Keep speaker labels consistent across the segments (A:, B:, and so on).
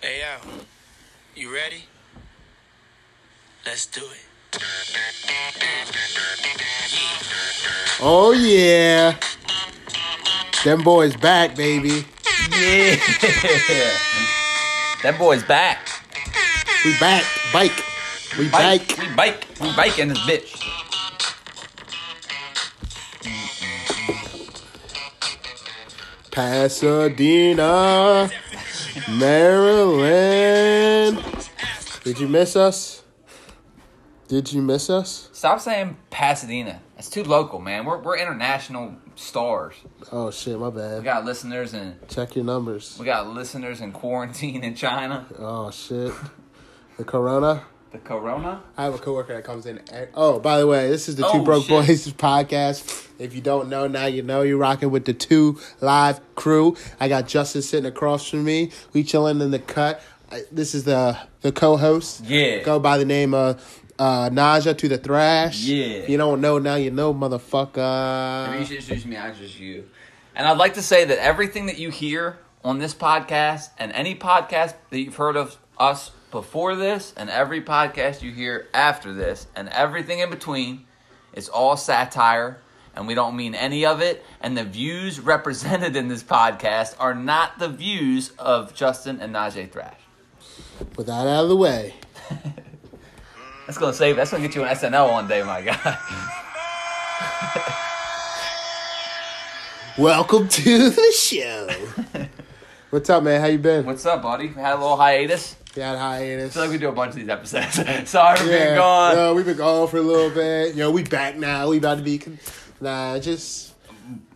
A: Hey, yo, you ready? Let's do it.
B: Oh yeah. Them boys back, baby.
C: Yeah. that boy's back.
B: We back. Bike. We
C: Bike.
B: bike.
C: We bike. We bike in this bitch.
B: Pasadena. Maryland. Did you miss us? Did you miss us?
C: Stop saying Pasadena. That's too local, man. We're, we're international stars.
B: Oh shit, my bad.
C: We got listeners in
B: Check your numbers.
C: we got listeners in quarantine in China.
B: Oh shit. The corona.
C: The corona.
B: I have a coworker that comes in. e- Oh, by the way, this is the Two
C: Oh,
B: Broke
C: shit.
B: Boys podcast. If you don't know, now you know. You're rocking with the two live crew. I got Justin sitting across from me. We chilling in the cut. I, this is the the co-host.
C: Yeah.
B: go by the name of uh, Naja to the Thrash.
C: Yeah.
B: you don't know now you know, motherfucker.
C: Maybe you should introduce me. I introduce you. And I'd like to say that everything that you hear on this podcast and any podcast that you've heard of us before this, and every podcast you hear after this, and everything in between, is all satire. And we don't mean any of it. And the views represented in this podcast are not the views of Justin and Najee Thrash.
B: With that out of the way,
C: That's gonna save. That's gonna get you an SNL one day, my guy.
B: welcome to the show. What's up, man? How you been?
C: What's up, buddy? We had a little hiatus.
B: you had hiatus.
C: I feel like we do a bunch of these episodes. Sorry for
B: Yeah,
C: being gone.
B: Yo, we've been gone for a little bit. Yo, we back now. We about to be con- nah, just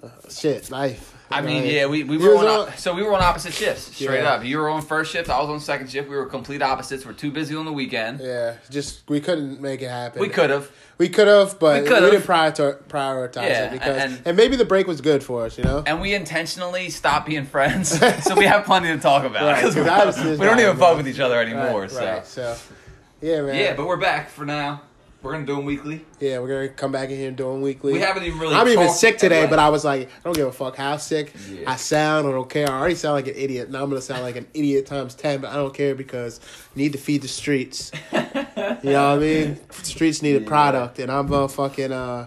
B: uh, shit, life.
C: I mean,
B: Like,
C: yeah, we, we
B: you
C: were
B: was
C: on, op- so we were on opposite shifts, straight
B: Yeah.
C: up. You were on first shift, I was on second shift. We were complete opposites. We're too busy on the weekend.
B: yeah, just we couldn't make it happen.
C: We could have.
B: we could have, but
C: We
B: we,
C: could've.
B: didn't prior- prioritize
C: Yeah,
B: it because,
C: and-
B: and, maybe the break was good for us, you know.
C: And we intentionally stopped being friends, so we have plenty to talk about.
B: Right,
C: 'cause
B: 'cause I was just
C: we don't
B: like,
C: even
B: bro.
C: fuck with each other anymore.
B: Right,
C: so
B: right, so yeah, man.
C: yeah, but we're back for now. We're gonna do them weekly.
B: Yeah, we're gonna come back in here and do them weekly.
C: We haven't even really
B: I'm even
C: talked
B: sick today,
C: about-
B: but I was like, I don't give a fuck how sick
C: Yeah.
B: I sound. I don't care. I already sound like an idiot. Now I'm gonna sound like an idiot times ten, but I don't care because need to feed the streets. you know what I mean? Streets need a product, and I'm a fucking uh,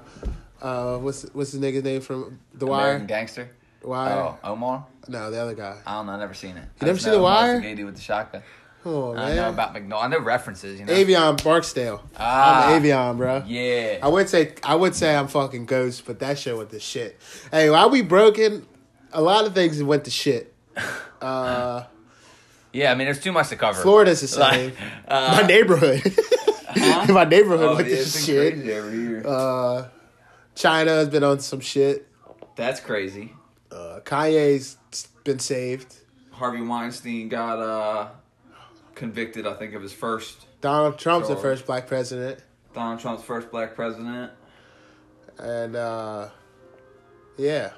B: uh, what's what's the nigga's name from The
C: American
B: Wire?
C: Gangster.
B: Wire?
C: Oh, Omar.
B: No, the other guy.
C: I don't know. I've never seen it.
B: never seen The Wire?
C: Gated with the shotgun.
B: Come on,
C: I know
B: Oh, man.
C: about McNaught. I know references. You know.
B: Avion Barksdale.
C: Ah.
B: I'm Avion, bro.
C: Yeah.
B: I would say I would say I'm fucking ghost, but that shit went to shit. Hey, while we broken, a lot of things went to shit. Uh,
C: Yeah, I mean, there's too much to cover.
B: Florida's the same.
C: Like, uh,
B: my neighborhood, my neighborhood
C: Oh,
B: went
C: yeah,
B: to
C: it's been
B: shit.
C: crazy every year.
B: Uh, China has been on some shit.
C: That's crazy.
B: Uh, Kanye's been saved.
C: Harvey Weinstein got uh, convicted, I think, of his first
B: Donald Trump's the
C: Sure.
B: first black president,
C: Donald Trump's first black president.
B: and uh, yeah,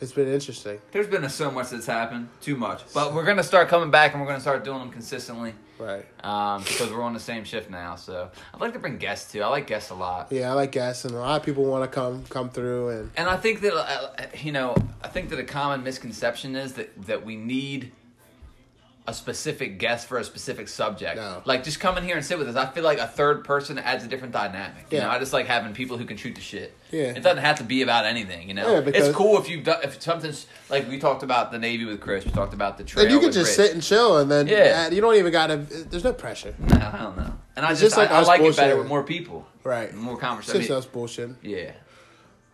B: it's been interesting.
C: There's been so much that's happened, too much. But we're gonna start coming back, and we're gonna start doing them consistently
B: Right.
C: um, because we're on the same shift now. So I'd like to bring guests too. I like guests a lot.
B: Yeah, I like gas, and a lot of people want to come come through and.
C: and I think that uh, you know, I think that a common misconception is that that we need a specific guest for a specific subject.
B: No.
C: Like just come in here and sit with us. I feel like a third person adds a different dynamic. You
B: Yeah.
C: know, I just like having people who can shoot the shit.
B: Yeah.
C: It doesn't have to be about anything, you know.
B: Yeah, because-
C: it's cool if you've done if something's like we talked about the Navy with Chris, we talked about the trail.
B: And you can
C: with
B: just
C: Rich.
B: sit and chill, and then
C: Yeah.
B: yeah. you don't even gotta. There's no pressure,
C: No, I don't know. And I just,
B: just
C: I-
B: like
C: I,
B: us
C: like it better
B: bullshitting.
C: with more people.
B: right?
C: More
B: It's
C: conversation.
B: just us bullshit.
C: yeah.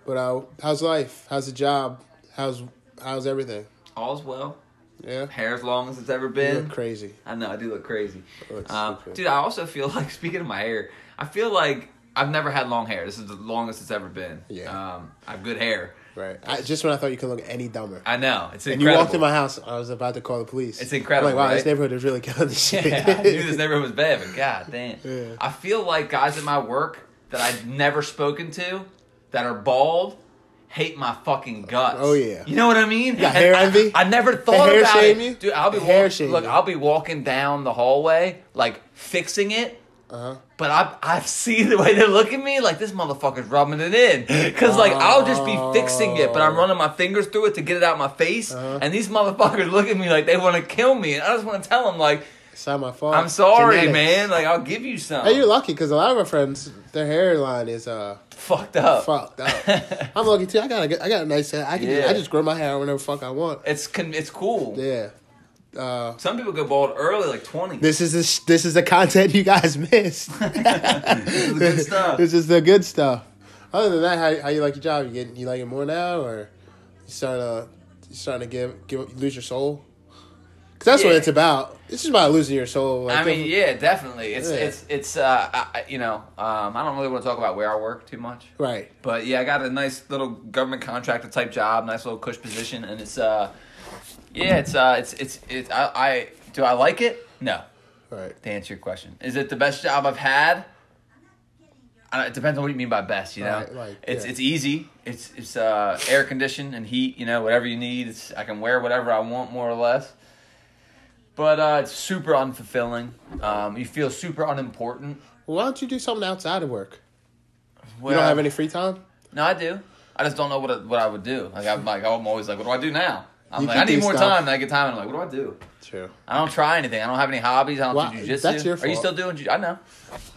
B: But uh, how's life? How's the job? How's how's everything?
C: All's well.
B: Yeah,
C: Hair as long as it's ever
B: you
C: been.
B: look crazy.
C: I know I do look crazy,
B: It looks
C: um,
B: stupid.
C: dude. I also feel like speaking of my hair, I feel like I've never had long hair. This is the longest it's ever been.
B: Yeah.
C: um, I have good hair.
B: Right. I, just when I thought you could look any dumber,
C: I know it's
B: and
C: incredible.
B: you walked in my house, I was about to call the police.
C: It's incredible,
B: I'm like, wow,
C: right?
B: this neighborhood is really killing this shit.
C: yeah, I knew this neighborhood was bad, but god damn,
B: Yeah.
C: I feel like guys at my work that I've never spoken to that are bald. Hate my fucking guts.
B: Oh, yeah.
C: you know what I mean.
B: got
C: And
B: hair
C: I-
B: envy?
C: I, never thought
B: hair
C: about
B: shame
C: it,
B: you?
C: dude. I'll be
B: The hair
C: walk-
B: shame
C: look.
B: you?
C: I'll be walking down the hallway, like fixing it,
B: Uh-huh.
C: But I I see the way they look at me like this motherfucker's rubbing it in because like I'll just be fixing it, but I'm running my fingers through it to get it out my face,
B: Uh-huh.
C: and these motherfuckers look at me like they want to kill me, and I just want to tell them like
B: It's not my fault.
C: I'm sorry,
B: Genetics.
C: man, like I'll give you some.
B: Hey, you're lucky because a lot of my friends, their hairline is uh
C: fucked up.
B: fucked up. I'm lucky too. I got a good, I got a nice hair. I can
C: Yeah.
B: I just grow my hair whenever the fuck I want.
C: It's con- it's cool.
B: Yeah. Uh,
C: Some people go bald early, like twenty.
B: this is the sh- this is the content you guys missed.
C: is the good stuff.
B: This is the good stuff. Other than that, how, how you like your job? You getting you like it more now, or you starting to you starting to give give lose your soul? Because that's what
C: Yeah.
B: it's about. It's just about losing your soul. Like,
C: I mean,
B: different-
C: yeah, definitely. It's
B: Yeah.
C: it's it's uh, I, I- you know, um, I don't really want to talk about where I work too much.
B: right.
C: But yeah, I got a nice little government contractor type job, nice little cush position, and it's uh, yeah, it's uh, it's it's it's I, I do I like it? No.
B: Right.
C: To answer your question, is it the best job I've had? I don't, it depends on what you mean by best. You know,
B: Right, like,
C: it's
B: yeah.
C: it's easy. It's it's uh, air conditioned and heat. You know, whatever you need. It's I can wear whatever I want, more or less. But uh, it's super unfulfilling. Um, you feel super unimportant.
B: Well, why don't you do something outside of work?
C: Well,
B: you don't have any free time.
C: No, I do. I just don't know what I, what I would do. Like I'm like I'm always like, what do I do now? I'm
B: You
C: like,
B: could
C: I need
B: do
C: more
B: stuff.
C: time. And I get time. And I'm like, what do I do?
B: True.
C: I don't try anything. I don't have any hobbies. I don't
B: Why-
C: do jujitsu.
B: that's your
C: Are you
B: fault.
C: still doing? Ju- I know.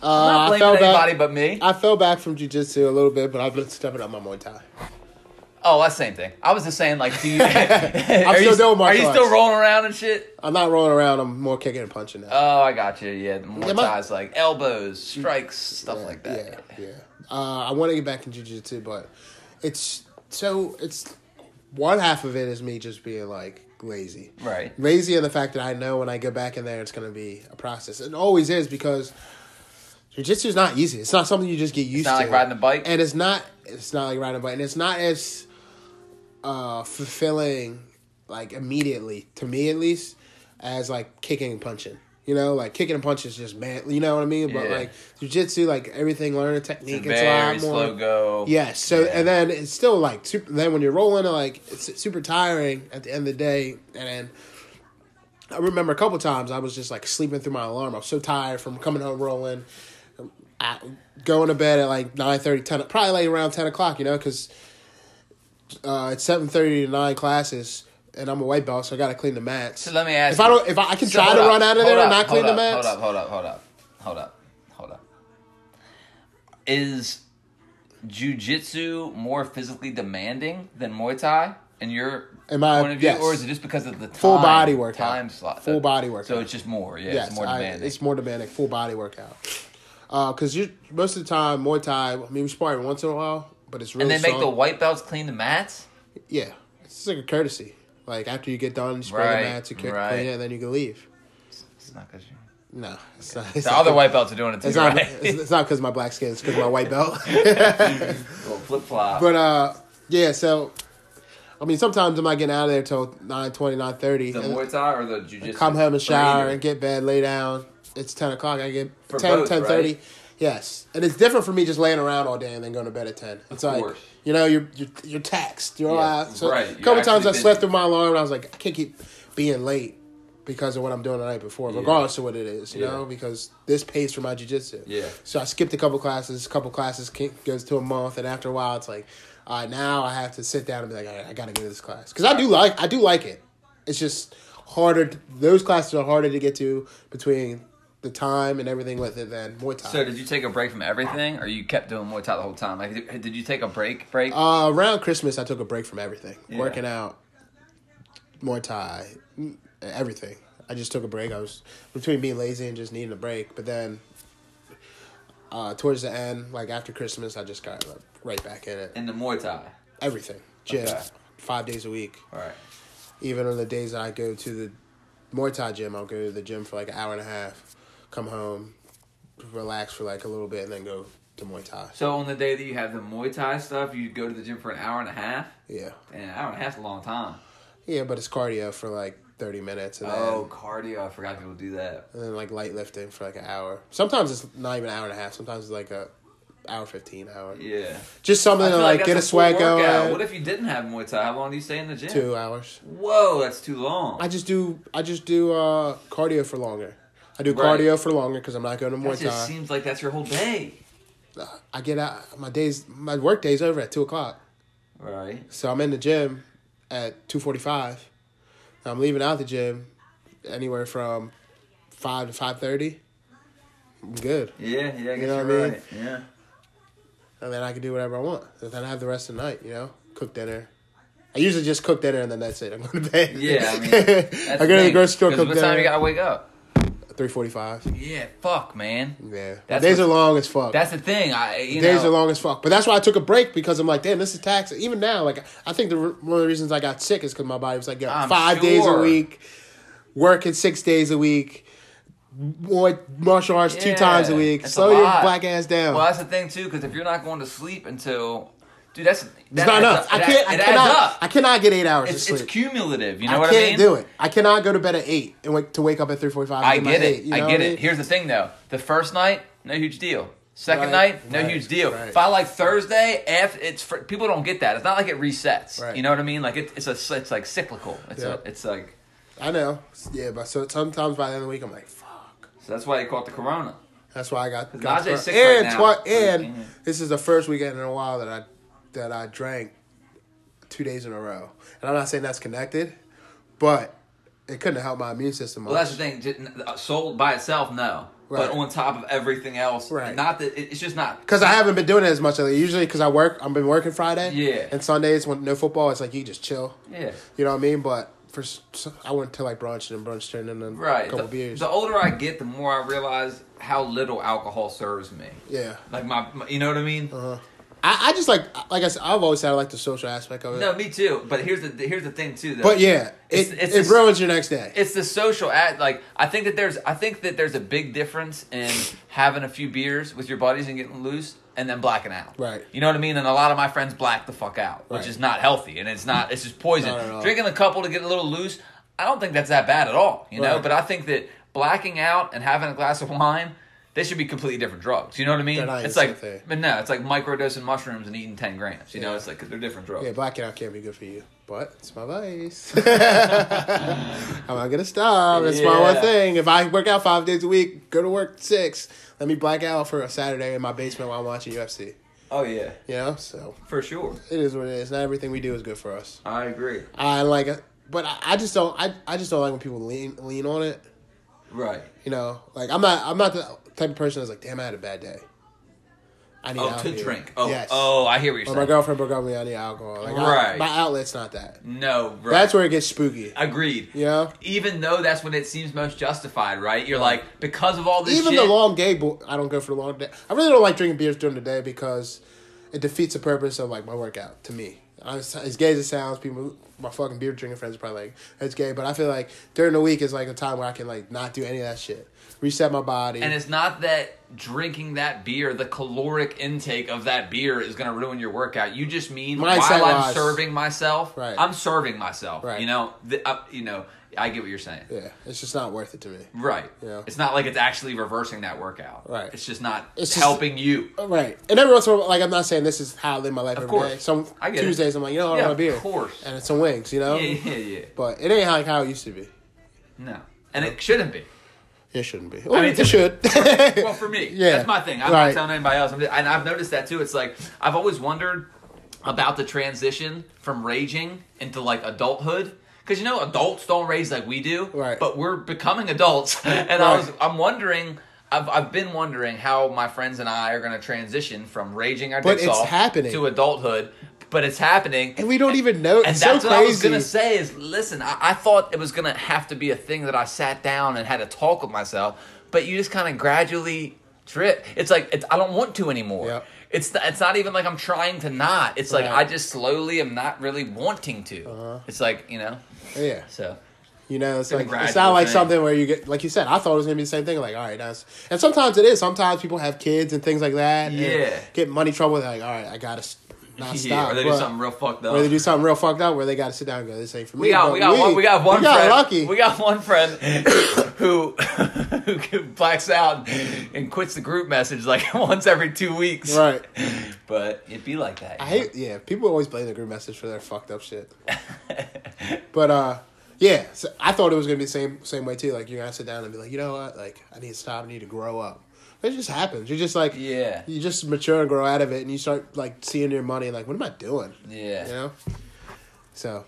B: Uh,
C: I'm not
B: I
C: blaming
B: fell
C: anybody
B: back.
C: but me.
B: I fell back from jujitsu a little bit, but I've been stepping up my Muay Thai.
C: oh, that's the same thing. I was just saying like, do you? are
B: still
C: you,
B: doing
C: Are
B: martial
C: you still
B: arts.
C: rolling around and shit?
B: I'm not rolling around. I'm more kicking and punching now.
C: Oh, I got you. Yeah, the more
B: Yeah, my-
C: ties like elbows, strikes, stuff like that.
B: Yeah, yeah. Uh, I want to get back in jujitsu, but it's so it's one half of it is me just being like lazy,
C: Right.
B: Lazy in the fact that I know when I go back in there, it's going to be a process. It always is because jujitsu is not easy. It's not something you just get used
C: not
B: to.
C: like riding a bike.
B: and it's not it's not like riding a bike, and it's not as uh, fulfilling like immediately to me at least as like kicking and punching. You know, like kicking and punching is just man. You know what I mean? But
C: Yeah.
B: like jujitsu, like everything, learning technique, it's, a
C: Very
B: lot more.
C: slow go.
B: Yes. So
C: Yeah.
B: and then it's still like super, then when you're rolling, like it's super tiring at the end of the day. And then I remember a couple times I was just like sleeping through my alarm. I was so tired from coming home rolling, um, at, going to bed at like 9 10 probably like around ten o'clock. You know, because uh, it's seven thirty to nine classes. And I'm a white belt, so I gotta clean the mats.
C: So let me ask
B: If I
C: you-
B: don't, if I, I can
C: So
B: try
C: hold
B: to
C: up,
B: run out of
C: hold
B: there and
C: up,
B: not clean
C: hold
B: the
C: up,
B: mats,
C: Hold up, hold up, hold up, hold up, hold up. Is jujitsu more physically demanding than Muay Thai in your
B: Am I-
C: point of view,
B: yes.
C: or is it just because of the time,
B: Full body workout.
C: time slot?
B: Full body workout.
C: So it's just more, yeah,
B: yes,
C: it's more
B: I-
C: demanding.
B: it's more demanding. Full body workout. Because you most of the time, Muay Thai. I mean, we spar every once in a while, but it's really.
C: and they make the
B: strong.
C: white belts clean the mats.
B: yeah. It's just like a courtesy. Like after you get done, you spray
C: Right,
B: the mats, you clean
C: right.
B: it, and then you can leave.
C: It's not because you.
B: No, it's not. It's
C: The
B: not
C: other
B: good.
C: white belts are doing it too,
B: It's not.
C: right?
B: It's, it's not because my black skin. It's because my white belt.
C: Flip flop.
B: but uh, yeah. So, I mean, sometimes I'm not getting out of there till 9.30, 9.30.
C: The
B: and
C: Muay Thai or the jujitsu?
B: uh, come home and shower
C: Or either?
B: and get bed, lay down. It's ten o'clock. I get
C: For
B: 10,
C: both,
B: 10.30.
C: right?
B: Yes, and it's different for me just laying around all day and then going to bed at ten. It's like
C: course.
B: you know you're you're, you're taxed. You're allowed. So
C: right.
B: A
C: You're
B: couple times
C: actually
B: I slept
C: busy.
B: through my alarm and I was like I can't keep being late because of what I'm doing the night before, regardless of what it is. You
C: Yeah.
B: know because this pays for my jujitsu.
C: Yeah.
B: So I skipped a couple classes. A couple classes can- goes to a month, and after a while it's like. All right, now I have to sit down and be like, all right, I gotta go to this class because I do like I do like it. It's just harder. Those classes are harder to get to between the time and everything with it than Muay Thai.
C: So did you take a break from everything, or you kept doing Muay Thai the whole time? Like, did- did you take a break? Break?
B: uh, around Christmas, I took a break from everything,
C: Yeah.
B: working out, Muay Thai, mm, everything. I just took a break. I was between being lazy and just needing a break. But then, uh, towards the end, like after Christmas, I just got like, right back in it.
C: in the Muay Thai.
B: Everything, gym,
C: Okay.
B: five days a week.
C: All right.
B: even on the days that I go to the Muay Thai gym, I'll go to the gym for like an hour and a half, come home, relax for like a little bit, and then go to Muay Thai.
C: So on the day that you have the Muay Thai stuff, you go to the gym for an hour and a half.
B: Yeah,
C: And an hour and a half's a long time.
B: yeah, but it's cardio for like thirty minutes, and then,
C: Oh, cardio! I forgot people do that.
B: and then like light lifting for like an hour. Sometimes it's not even an hour and a half. Sometimes it's like a hour fifteen hour.
C: Yeah.
B: Just something
C: I
B: to
C: feel
B: like,
C: that's
B: get a
C: full
B: sweat
C: workout.
B: going.
C: What if you didn't have Muay Thai? How long do you stay in the gym?
B: Two hours.
C: Whoa, that's too long.
B: I just do I just do uh, cardio for longer. I do
C: Right.
B: cardio for longer because I'm not going to Muay
C: That just
B: Thai.
C: seems like that's your whole day.
B: I get out. My days, my work day's over at two o'clock,
C: Right.
B: so I'm in the gym at two forty-five. I'm leaving out the gym anywhere from five to five thirty. I'm good.
C: Yeah, yeah, I guess you
B: know
C: are
B: what I mean?
C: right. Yeah.
B: and then I can do whatever I want. And then I have the rest of the night, you know, cook dinner. I usually just cook dinner and then that's it. I'm going to bed.
C: Yeah, I mean,
B: I go to the grocery store, cook
C: What time
B: dinner.
C: you gotta wake up?
B: Three forty-five.
C: Yeah, fuck, man.
B: Yeah, My
C: That's
B: days
C: what-
B: are long as fuck.
C: That's the thing. I you
B: days
C: know,
B: are long as fuck. But that's why I took a break because I'm like, damn, this is tax. Even now, like I think the re- one of the reasons I got sick is because my body was like, yo,
C: I'm
B: five days a
C: sure.
B: week, working six days a week, more martial arts two
C: Yeah,
B: times a week.
C: that's
B: Slow
C: a
B: your
C: lot.
B: black ass down.
C: Well, that's the thing too, because if you're not going to sleep until, dude, that's that
B: it's not
C: adds
B: enough.
C: up.
B: I
C: It
B: can't. I
C: adds- It adds
B: cannot.
C: up.
B: I cannot get eight hours
C: It's,
B: of
C: it's
B: sleep.
C: cumulative. You know
B: I
C: what I mean?
B: can't do it. I cannot go to bed at eight and wake to wake up at three forty five.
C: I get it.
B: Eight, you
C: I
B: know
C: get
B: what
C: it.
B: mean?
C: Here's the thing, though. The first night, no huge deal. Second
B: Right,
C: night, no
B: right,
C: huge deal.
B: right.
C: If I like Thursday, after it's fr- people don't get that. It's not like it resets.
B: Right.
C: You know what I mean? Like it, it's a it's like cyclical. It's
B: Yep.
C: a, it's like
B: I know. Yeah, but so sometimes by the end of the week, I'm like, fuck.
C: so that's why they caught the corona.
B: That's why I got. got
C: Najee
B: and
C: sick right now.
B: twi- and
C: Mhm.
B: this is the first weekend in a while that I that I drank two days in a row, and I'm not saying that's connected, but it couldn't help my immune system.
C: Well,
B: much.
C: that's the thing. J- n- uh, Sold by itself, no.
B: Right.
C: But on top of everything else,
B: Right.
C: Not that it, it's just not.
B: Cause I haven't been doing it as much lately. Usually, cause I work, I've been working Friday.
C: Yeah.
B: And Sundays when no football, it's like you just chill.
C: Yeah.
B: You know what I mean? But for s- s- I went to like brunch and then brunch turned into
C: Right.
B: a couple
C: the,
B: beers.
C: the older I get, the more I realize how little alcohol serves me.
B: yeah.
C: Like my, my you know what I mean?
B: Uh-huh. I, I just like like I said, I've always said I like the social aspect of it.
C: No, me too. But here's the here's the thing too. Though.
B: but yeah,
C: It's-
B: it
C: it's
B: it
C: just-
B: ruins your next day.
C: it's the social act. Like I think that there's I think that there's a big difference in having a few beers with your buddies and getting loose and then blacking out.
B: Right.
C: You know what I mean? And a lot of my friends black the fuck out, which
B: Right.
C: is not healthy and it's not it's just poison.
B: Not at all.
C: Drinking a couple to get a little loose, I don't think that's that bad at all. You know,
B: Right.
C: but I think that blacking out and having a glass of wine. They should be completely different drugs. You know what I mean?
B: They're not
C: It's
B: even
C: like,
B: safe, eh?
C: but no, it's like microdosing mushrooms and eating ten grams. You know,
B: Yeah.
C: it's like they they're different drugs.
B: yeah, blacking out can't be good for you. But it's my vice. I'm not gonna stop. It's my one
C: Yeah.
B: thing. If I work out five days a week, go to work six, let me black out for a Saturday in my basement while I'm watching UFC.
C: Oh yeah,
B: You know, so
C: for sure.
B: it is what it is. Not everything we do is good for us.
C: I agree.
B: I like, but I, I just don't. I, I just don't like when people lean lean on it.
C: Right.
B: You know, like I'm not. I'm not the type of person that's like, damn, I had a bad day. I need
C: Oh,
B: alcohol.
C: to drink. Oh,
B: yes.
C: oh, I hear what
B: Or my
C: you're saying.
B: girlfriend broke up with me. I need alcohol. Like, I-
C: Right.
B: my outlet's not that.
C: No, right.
B: That's where it gets spooky.
C: agreed.
B: You know,
C: Even though that's when it seems most justified, right? You're like because of all this
B: even
C: shit.
B: the long day. Bo- I don't go for the long day. I really don't like drinking beers during the day because it defeats the purpose of like my workout to me. I was, as gay as it sounds, people, my fucking beer drinking friends are probably like, "That's gay," but I feel like during the week is like a time where I can like not do any of that shit, reset my body.
C: and it's not that drinking that beer, the caloric intake of that beer is going to ruin your workout. You just mean while I'm
B: Mindset-wise.
C: serving myself,
B: Right.
C: I'm serving myself.
B: Right.
C: You know, the, uh, you know, I get what you're saying.
B: yeah, it's just not worth it to me.
C: Right.
B: Yeah.
C: It's not like it's actually reversing that workout.
B: Right.
C: It's just not
B: It's just-
C: helping you.
B: Right, and every once in a while, like I'm not saying this is how I live my life every day.
C: course.
B: Some
C: I get it.
B: Tuesdays, I'm like, you know, I want
C: Yeah,
B: a
C: of
B: beer,
C: course.
B: and it's some wings, you know.
C: Yeah, yeah, yeah.
B: But it ain't like how it used to be.
C: No. And it shouldn't be.
B: It shouldn't be. Well,
C: mean,
B: it should.
C: well, for me,
B: Yeah.
C: that's my thing. I'm
B: Right.
C: not telling anybody else. I'm just, and I've noticed that too. It's like I've always wondered about the transition from raging into like adulthood. Because you know, adults don't rage like we do,
B: Right.
C: but we're becoming adults. And I
B: Right.
C: was, I'm wondering. I've, I've been wondering how my friends and I are going to transition from raging our
B: But
C: dicks
B: it's
C: off
B: happening.
C: to adulthood, but it's happening.
B: and we don't even know.
C: And
B: it's
C: that's
B: so
C: what
B: crazy.
C: I was gonna say is listen, I, I thought it was gonna have to be a thing that I sat down and had a talk with myself, but you just kind of gradually drip. It's like it's, I don't want to anymore.
B: Yep.
C: It's th- it's not even like I'm trying to not. It's like
B: Right. Uh-huh.
C: I just slowly am not really wanting to. It's like you know,
B: Yeah.
C: so
B: You know, it's
C: Been a
B: like it's
C: gradual
B: not like
C: thing.
B: something where you get like you said. I thought it was gonna be the same thing. Like, all right, that's and sometimes it is. Sometimes people have kids and things like that. and
C: Yeah.
B: get money trouble. They're like, all right, I gotta s- not
C: yeah,
B: stop.
C: or they do
B: but-
C: something real fucked up.
B: or they do something real fucked up where they gotta sit down and go, this ain't for me.
C: We got,
B: but
C: we got one, we got one
B: we got
C: friend.
B: lucky.
C: We got one friend who who blacks out and quits the group message like once every two weeks.
B: right.
C: But it'd be like that.
B: I hate yeah. People always blame the group message for their fucked up shit. but uh, Yeah, so I thought it was gonna be the same same way too. Like you're gonna sit down and be like, you know what? Like I need to stop. I need to grow up. But it just happens. You're just like
C: Yeah.
B: You just mature and grow out of it, and you start like seeing your money. Like what am I doing?
C: Yeah.
B: You know. So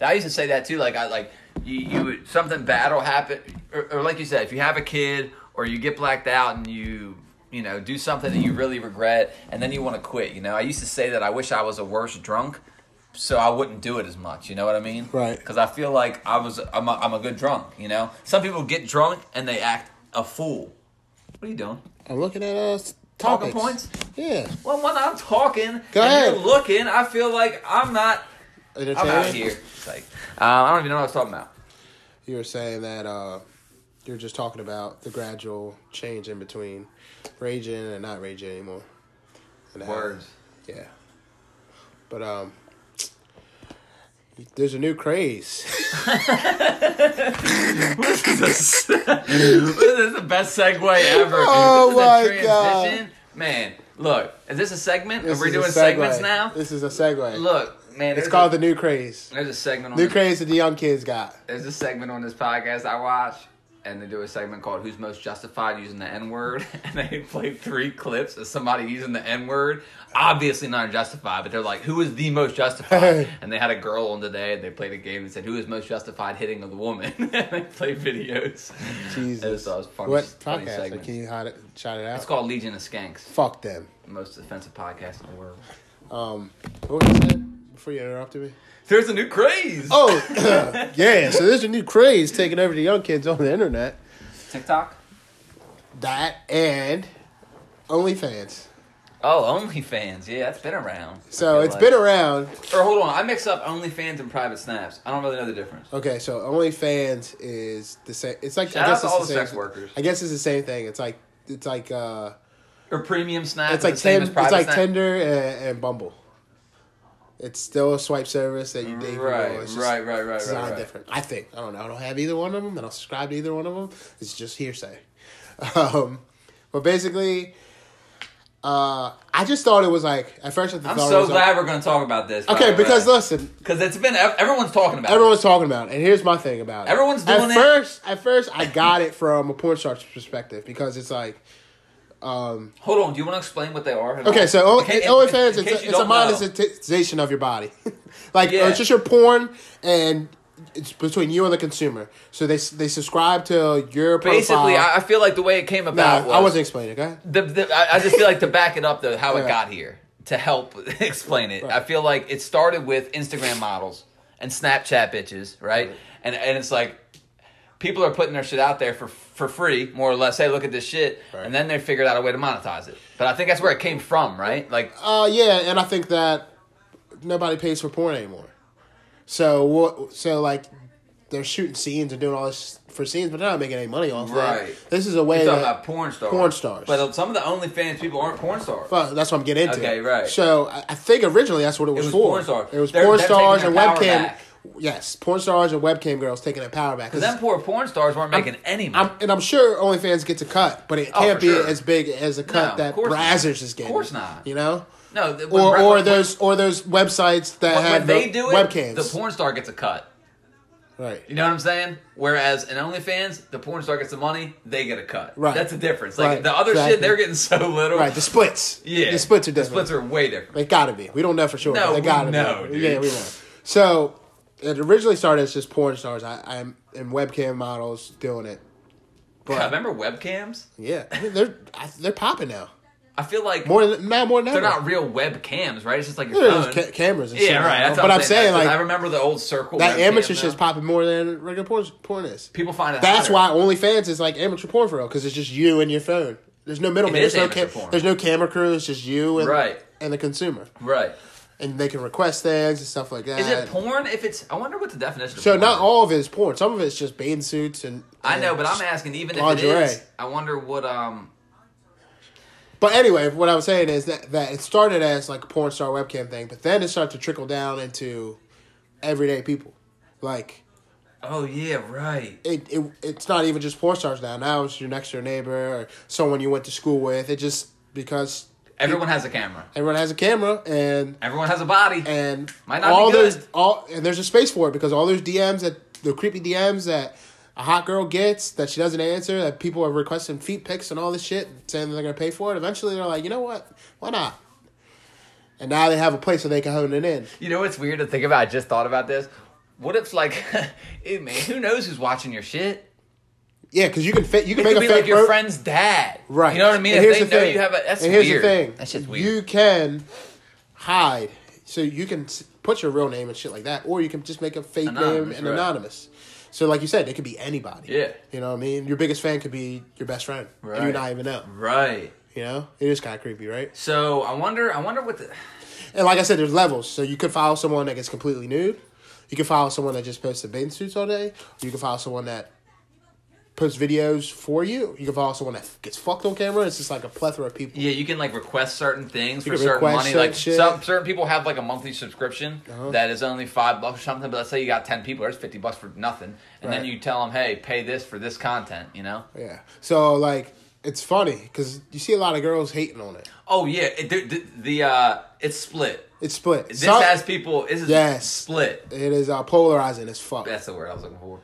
C: I used to say that too. Like I like you, you would- something bad will happen, or, or like you said, if you have a kid or you get blacked out and you you know do something that you really regret, and then you want to quit. You know, I used to say that I wish I was a worse drunk, so I wouldn't do it as much. You know what I mean?
B: Right.
C: Because I feel like I was I'm a, I'm a good drunk. You know, some people get drunk and they act a fool. What are you doing?
B: I'm looking at us
C: Talking
B: topics.
C: points.
B: Yeah.
C: Well, when I'm talking
B: Go
C: and
B: ahead.
C: you're looking, I feel like I'm not. I'm out
B: Entertaining.
C: here. It's like uh, I don't even know what I was talking about.
B: You were saying that uh, you were just talking about the gradual change in between raging and not raging anymore. And how-
C: Words.
B: Yeah. But um there's a new craze.
C: this is the best segue ever.
B: Oh
C: This is a
B: my
C: transition. Man, look, is this a segment?
B: This
C: Are we
B: is a
C: doing
B: segue.
C: segments now?
B: This is a segue.
C: Look, man,
B: it's
C: there's
B: called
C: a,
B: the new craze.
C: There's a segment on
B: New
C: this,
B: craze that the young kids got.
C: there's a segment on this podcast I watch, and they do a segment called "Who's Most Justified Using the N Word," and they play three clips of somebody using the N word. Obviously not justified, but they're like, "Who is the most justified?" and they had a girl on today, and they played a game and said, "Who is most justified hitting the woman?" and they play videos. I just
B: Jesus.
C: thought it was funny-
B: what
C: funny
B: podcast?
C: segment.
B: Can you hide it, shout it out?
C: It's called Legion of Skanks.
B: Fuck them.
C: most offensive podcast in the world.
B: Um, what was that before you interrupted me?
C: There's a new craze.
B: Oh, yeah. So there's a new craze taking over the young kids on the internet.
C: TikTok.
B: That and OnlyFans.
C: Oh, OnlyFans. Yeah, that's been around.
B: So
C: it's
B: it's been around.
C: Or hold on, I mix up OnlyFans and private snaps. I don't really know the difference.
B: Okay, so OnlyFans is the same. It's like I
C: Shout out
B: guess
C: to
B: it's
C: all
B: the
C: the
B: same,
C: sex workers.
B: I guess it's the same thing. It's like it's like uh,
C: Or premium snaps.
B: it's
C: are
B: like
C: the same
B: ten,
C: as
B: it's
C: private
B: like
C: snap.
B: Tinder and, and Bumble. It's still a swipe service that you date people.
C: Right,
B: It's just-
C: right, right, right,
B: It's
C: right,
B: not
C: right.
B: different. I think I don't know. I don't have either one of them. I don't subscribe to either one of them. It's just hearsay. Um, but basically, uh, I just thought it was like at first I
C: I'm
B: thought it
C: so
B: was
C: glad
B: like,
C: we're going to talk about this. by
B: okay
C: the way.
B: because listen,
C: 'Cause it's been ev- everyone's talking about.
B: Everyone's talking about it. And here's my thing about it.
C: Everyone's doing
B: at
C: it.
B: First, at first, I got it from a porn star's perspective because it's like,
C: it. Hold on, do you want to explain what they are?
B: okay, so O-
C: In ca- in-
B: OnlyFans,
C: in
B: it's,
C: case
B: a-
C: you
B: it's a
C: don't know.
B: monetization of your body. like,
C: Yeah.
B: it's just your porn and it's between you and the consumer. So they they subscribe to your profile.
C: Basically, I, I feel like the way it came
B: Nah,
C: about was
B: I wasn't explaining it, okay?
C: the, the, I, I just feel like to back it up though how
B: Yeah.
C: it got here to help explain it i feel like it started with instagram models and snapchat bitches right, and and it's like people are putting their shit out there for for free more or less hey look at this shit
B: Right.
C: and then they figured out a way to monetize it but i think that's where it came from right like
B: Uh, yeah, and I think that nobody pays for porn anymore. So what? So like, they're shooting scenes and doing all this for scenes, but they're not making any money off
C: Right.
B: that. This is a way
C: you're talking
B: that-
C: about porn stars
B: porn stars.
C: but uh, some of the OnlyFans people aren't porn stars
B: Well, that's what I'm getting into.
C: Okay, right.
B: So I, I think originally that's what it was,
C: was
B: for.
C: porn stars.
B: It was
C: They're-
B: porn
C: they're
B: stars and
C: taking their power
B: webcam.
C: back.
B: Yes, porn stars and webcam girls taking their power back. 'Cause
C: them poor porn stars weren't making any money
B: I'm, and I'm sure OnlyFans gets a cut, but it
C: Oh,
B: can't
C: for
B: be
C: sure.
B: as big as a cut
C: of
B: that
C: course not.
B: Brazzers is getting.
C: Of course not.
B: You know.
C: no th- when
B: Or,
C: Bra-
B: or
C: when-
B: those or those websites that
C: when,
B: have
C: when they
B: the
C: do it
B: webcams.
C: the porn star gets a cut
B: right.
C: You know what I'm saying? Whereas in OnlyFans, the porn star gets the money, they get a cut.
B: Right.
C: That's the difference. Like
B: Right,
C: the other
B: exactly.
C: shit, they're getting so little.
B: Right, the splits.
C: Yeah.
B: the splits are
C: The
B: different.
C: splits are way different.
B: They gotta be. We don't know for sure.
C: No,
B: they
C: we
B: gotta
C: know,
B: be.
C: dude.
B: Yeah, we know. So it originally started as just porn stars. I, I'm and webcam models doing it.
C: I remember webcams.
B: Yeah, I mean, they're I, they're popping now.
C: I feel like
B: More than now, more than
C: they're
B: ever.
C: not real webcams, right? It's just like your
B: They're
C: phone.
B: just ca- cameras. And shit
C: yeah, right.
B: now.
C: That's
B: but
C: what
B: I'm saying,
C: That's-
B: like
C: I remember the old circle.
B: that
C: webcam,
B: amateur
C: though.
B: shit's popping more than regular porn, porn is.
C: People find it.
B: That's
C: hotter.
B: why OnlyFans is like amateur porn for real because it's just you and your phone. There's no middleman.
C: It is
B: There's no,
C: amateur
B: ca-
C: porn.
B: there's no camera crew. It's just you and
C: Right.
B: and the consumer,
C: Right.
B: and they can request things and stuff like that.
C: Is it porn? If it's, I wonder what the definition. of
B: So
C: porn
B: not
C: is.
B: all of it is porn. Some of it's just bathing suits and.
C: I know,
B: and
C: but I'm
B: just-
C: asking. Even if it
B: lingerie.
C: is, I wonder what. Um.
B: But anyway, what I was saying is that that it started as like a porn star webcam thing, but then it started to trickle down into everyday people. Like
C: Oh yeah, right.
B: it, it it's not even just porn stars now. Now it's your next door neighbor or someone you went to school with. It just because
C: Everyone has a camera.
B: everyone has a camera and
C: Everyone has a body.
B: and
C: Might not
B: all
C: be good.
B: those all and there's a space for it because all those DMs that the creepy DMs that a hot girl gets that she doesn't answer, that people are requesting feet pics and all this shit, saying they're gonna pay for it. Eventually, they're like, you know what? Why not? And now they have a place where they can hone it in.
C: You know what's weird to think about? I just thought about this. What if like, it, man, who knows who's watching your shit?
B: Yeah, because you can fit. You
C: It
B: can make
C: could
B: a
C: be
B: fake
C: like your
B: pro-
C: friend's dad.
B: Right.
C: You know what I mean?
B: And
C: if
B: here's
C: they
B: the
C: know
B: thing.
C: you have a that's
B: and here's
C: weird.
B: the thing.
C: That's just
B: You
C: weird.
B: can hide, so you can s- put your real name and shit like that, or you can just make a fake name
C: Anonymous,
B: and
C: right.
B: anonymous. So, like you said, it could be anybody.
C: Yeah.
B: You know what I mean? Your biggest fan could be your best friend, and
C: Right.
B: you not even know.
C: Right.
B: You know, it is kind of creepy, right?
C: So I wonder I wonder what the
B: And like I said, there's levels. So you could follow someone that gets completely nude. You can follow someone that just posts bathing suits all day. You can follow someone that posts videos for you. You can follow someone that gets fucked on camera. It's just like a plethora of people.
C: Yeah, you can like request certain things
B: You
C: for
B: can
C: certain
B: request
C: money.
B: certain
C: Like
B: shit. Uh-huh.
C: some certain people have like a monthly subscription that is only five bucks or something. But let's say you got ten people, there's fifty bucks for nothing, and then
B: Right.
C: you tell them, hey, pay this for this content. You know?
B: Yeah. So like, it's funny because you see a lot of girls hating on it.
C: Oh yeah, it, the, the, the uh, it's split.
B: It's split.
C: This
B: Some-
C: has people. Is
B: Yes.
C: split.
B: it is uh, polarizing as fuck.
C: That's the word I was looking for.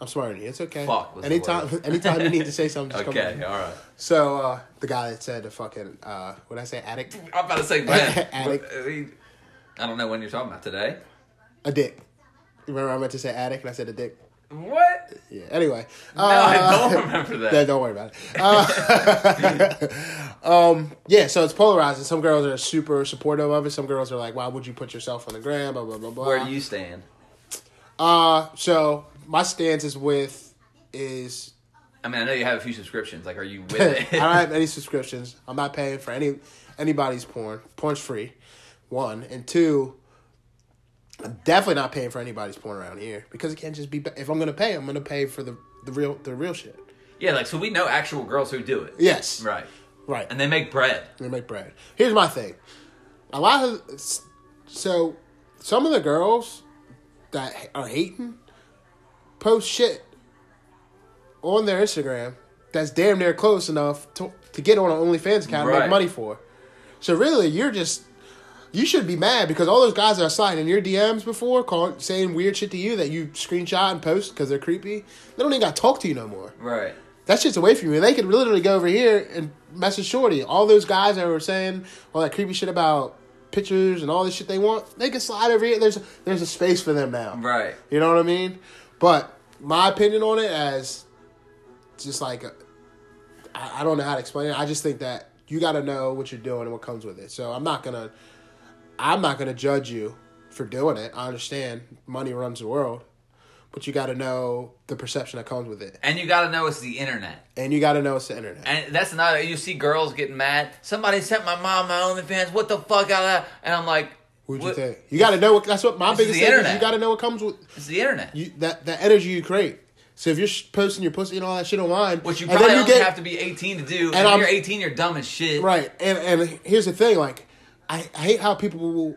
B: I'm sorry, to you. it's okay.
C: Fuck was the
B: anytime,
C: word.
B: anytime you need to say something, just come.
C: Okay,
B: over.
C: all right.
B: So uh, the guy that said the fucking uh, what I say, addict,
C: I'm about to say, man,
B: Addict.
C: I mean, I don't know when you're talking about today.
B: a dick. Remember I meant to say addict and I said a dick.
C: What?
B: Yeah. Anyway.
C: No,
B: uh,
C: I don't remember that.
B: Yeah, don't worry about it. Uh, um, yeah, so it's polarizing. Some girls are super supportive of it. Some girls are like, "Why would you put yourself on the gram?" Blah blah blah blah.
C: Where do you stand?
B: Uh, so my stance is with is
C: I mean, I know you have a few subscriptions. Like, are you with
B: I
C: it?
B: don't have any subscriptions. I'm not paying for any anybody's porn. Porn's free. One and two. I'm definitely not paying for anybody's porn around here because it can't just be. If I'm gonna pay, I'm gonna pay for the the real the real shit.
C: Yeah, like so we know actual girls who do it.
B: Yes.
C: Right.
B: Right.
C: And they make bread.
B: They make bread. Here's my thing. A lot of so some of the girls that are hating post shit on their Instagram that's damn near close enough to to get on an OnlyFans account and
C: Right.
B: make money for. So really, you're just you should be mad because all those guys that are sliding in your DMs before, calling, saying weird shit to you that you screenshot and post because they're creepy. They don't even got to talk to you no more
C: Right.
B: that shit's away from you. They could literally go over here and message Shorty. All those guys that were saying all that creepy shit about pictures and all this shit they want, they can slide over here. There's there's a space for them now.
C: Right.
B: You know what I mean? But my opinion on it as just like a- I, I don't know how to explain it. I just think that you got to know what you're doing and what comes with it. So I'm not gonna I'm not gonna judge you for doing it. I understand money runs the world, but you got to know the perception that comes with it,
C: And you gotta know it's the internet.
B: and you got to know it's the internet.
C: And that's another you see girls getting mad. Somebody sent my mom my OnlyFans, what the fuck out of that? And I'm like,
B: Who'd you
C: what-
B: think? You got to know what. That's what my
C: This is
B: biggest
C: the
B: thing is.
C: internet.
B: You got to know what comes with
C: It's the internet.
B: you, that that energy you create. So if you're sh- posting your pussy and all that shit online,
C: Which you
B: and then
C: probably don't have to be 18 to do. And, if
B: I'm-
C: you're 18, you're dumb as shit.
B: right. And and here's the thing, like I, I hate how people will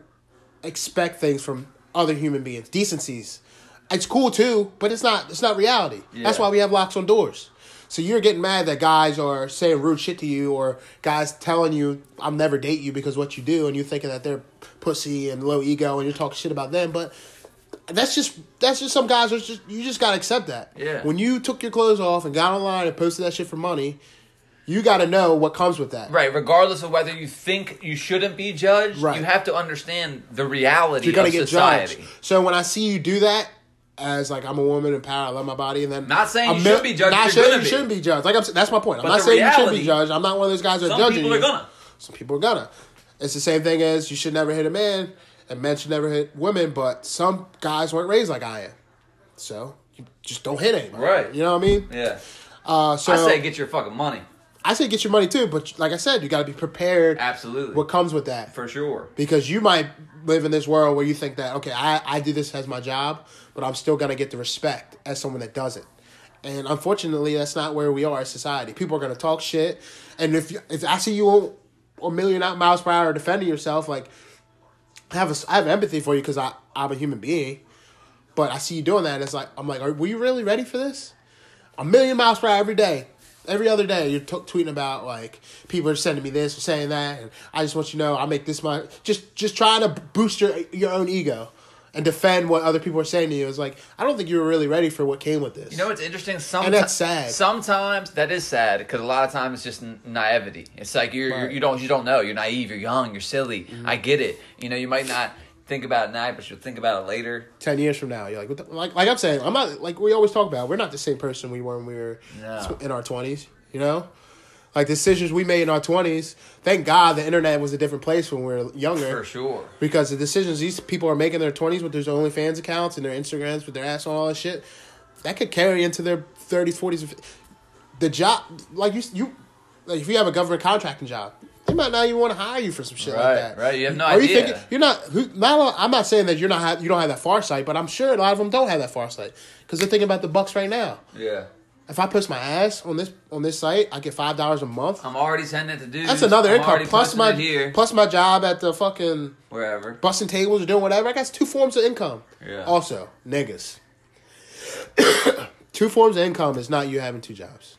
B: expect things from other human beings, decencies. It's cool too, but it's not. It's not reality. That's
C: Yeah.
B: why we have locks on doors. So you're getting mad that guys are saying rude shit to you, or guys telling you "I'll never date you" because what you do, and you're thinking that they're pussy and low ego, and you're talking shit about them, but that's just that's just some guys are just you just gotta accept that.
C: Yeah.
B: When you took your clothes off and got online and posted that shit for money, you gotta know what comes with that.
C: Right, regardless of whether you think you shouldn't be judged,
B: Right.
C: you have to understand the reality
B: You're gonna
C: of
B: get
C: society.
B: judged. So when I see you do that, as like I'm a woman in power, I love my body, and then
C: Not saying
B: I'm
C: you
B: mil-
C: should be judged,
B: Not
C: you're
B: saying
C: gonna
B: you
C: be.
B: shouldn't be judged. Like I'm, s- that's my point. I'm
C: But
B: not
C: the
B: saying you should
C: reality-
B: be judged. I'm not one of those guys that
C: Some
B: judging
C: people
B: you.
C: are gonna.
B: Some people are gonna. It's the same thing as you should never hit a man, and men should never hit women. But some guys weren't raised like I am, so you just don't hit anybody.
C: Right.
B: You know what I mean?
C: Yeah.
B: Uh, so
C: I say get your fucking money.
B: I say get your money too, but like I said, you got to be prepared.
C: Absolutely.
B: What comes with that?
C: For sure.
B: because you might live in this world where you think that okay, I I do this as my job, but I'm still gonna get the respect as someone that doesn't. And unfortunately, that's not where we are as society. People are gonna talk shit, and if you, if I see you on a million miles per hour defending yourself, like I have a s I have empathy for you because I I'm a human being, but I see you doing that, and it's like I'm like, are were you really ready for this? a million miles per hour every day. Every other day, you're t- tweeting about like people are sending me this or saying that, and I just want you to know I make this my just just trying to boost your your own ego and defend what other people are saying to you. It's like I don't think you were really ready for what came with this.
C: You know what's interesting? Sometimes,
B: that's sad.
C: Sometimes that is sad because a lot of times it's just n- naivety. It's like you're, you're
B: Right. Mm-hmm.
C: you don't you don't know. You're naive. You're young. You're silly. I get it. You know you might not think about it now, but you'll think about it later.
B: ten years from now, you're like, what the, like, like I'm saying, I'm not like we always talk about. We're not the same person we were when we were
C: No.
B: in our twenties. You know, like decisions we made in our twenties. Thank God the internet was a different place when we were younger.
C: For sure.
B: Because the decisions these people are making in their twenties with their OnlyFans accounts and their Instagrams with their ass on all that shit, that could carry into their 30s, 40s. and 50s. The job, like you, you, like if you have a government contracting job, they might not even want to hire you for some shit
C: Right,
B: like that.
C: right, you have no
B: Are
C: idea.
B: You thinking, you're not. Who, not all- I'm not saying that you're not. ha- You don't have that far sight, but I'm sure a lot of them don't have that far sight because they're thinking about the bucks right now.
C: Yeah.
B: If I push my ass on this on this site, I get five dollars a month.
C: I'm already sending it to dudes.
B: That's another
C: I'm
B: income
C: already
B: plus
C: posting
B: my
C: it here
B: plus my job at the fucking
C: wherever.
B: busting tables or doing whatever. I got two forms of income.
C: Yeah.
B: Also, niggas. two forms of income is not you having two jobs.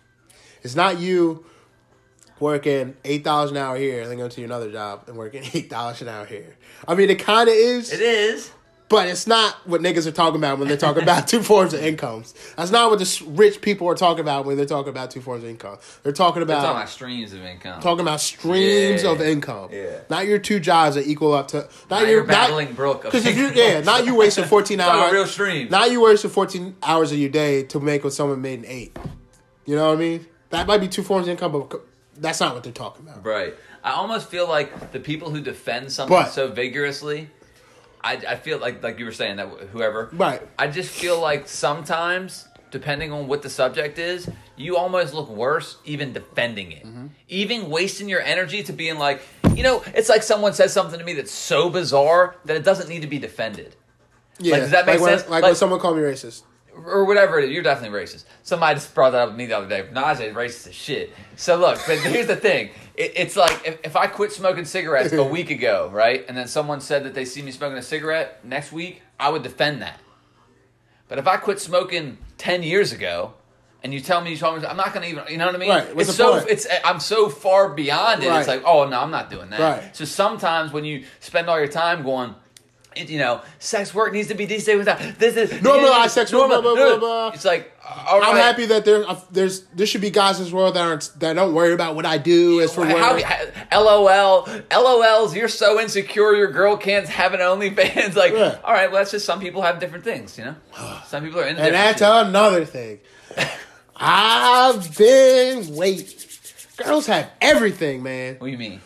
B: It's not you working eight dollars an hour here and then going to another job and working eight dollars an hour here. I mean, it kind of is,
C: It is.
B: but it's not what niggas are talking about when they're talking about two forms of incomes. That's not what the s- rich people are talking about when they're talking about two forms of income. They're talking about
C: It's on my streams of income.
B: talking about streams
C: Yeah.
B: of income.
C: Yeah.
B: Not your two jobs that equal up to not,
C: Not
B: your
C: your battling brook of
B: Because if you yeah, not you wasting fourteen
C: Talking about
B: hours
C: real streams.
B: Not you wasting fourteen hours of your day to make what someone made in eight. You know what I mean? That might be two forms of income, but that's not what they're talking about.
C: Right. I almost feel like the people who defend something
B: But-
C: so vigorously, I, I feel like like you were saying that whoever.
B: Right.
C: I just feel like sometimes, depending on what the subject is, you almost look worse even defending it, even wasting your energy to being like, you know, it's like someone says something to me that's so bizarre that it doesn't need to be defended.
B: Yeah.
C: does that make
B: when,
C: sense?
B: Like,
C: Like-
B: when someone called me racist.
C: or whatever it is, you're definitely racist. Somebody just brought that up to me the other day. Najee racist as shit. So look, but here's the thing. It, it's like if, if I quit smoking cigarettes a week ago, right, and then someone said that they see me smoking a cigarette next week, I would defend that. But if I quit smoking ten years ago, and you tell me you told me, I'm not gonna even, you know what I mean?
B: Right, what's
C: it's
B: the
C: so
B: point?
C: it's I'm so far beyond it.
B: Right.
C: It's like, oh no, I'm not doing that.
B: Right.
C: So sometimes when you spend all your time going. It, you know, sex work needs to be destigmatized. This is
B: Normalize sex work, blah, blah, blah, blah.
C: it's like, all
B: I'm
C: right.
B: happy that there, uh, there's there should be guys in this world that aren't that don't worry about what I do as for
C: How-
B: where-
C: how- LOL, LOLs. You're so insecure. Your girl can't have an OnlyFans. Like,
B: Yeah.
C: all right, well, that's just some people have different things. You know, some people are into
B: And that's
C: different shit.
B: another thing. I've been waiting. Girls have everything, man.
C: What do you mean?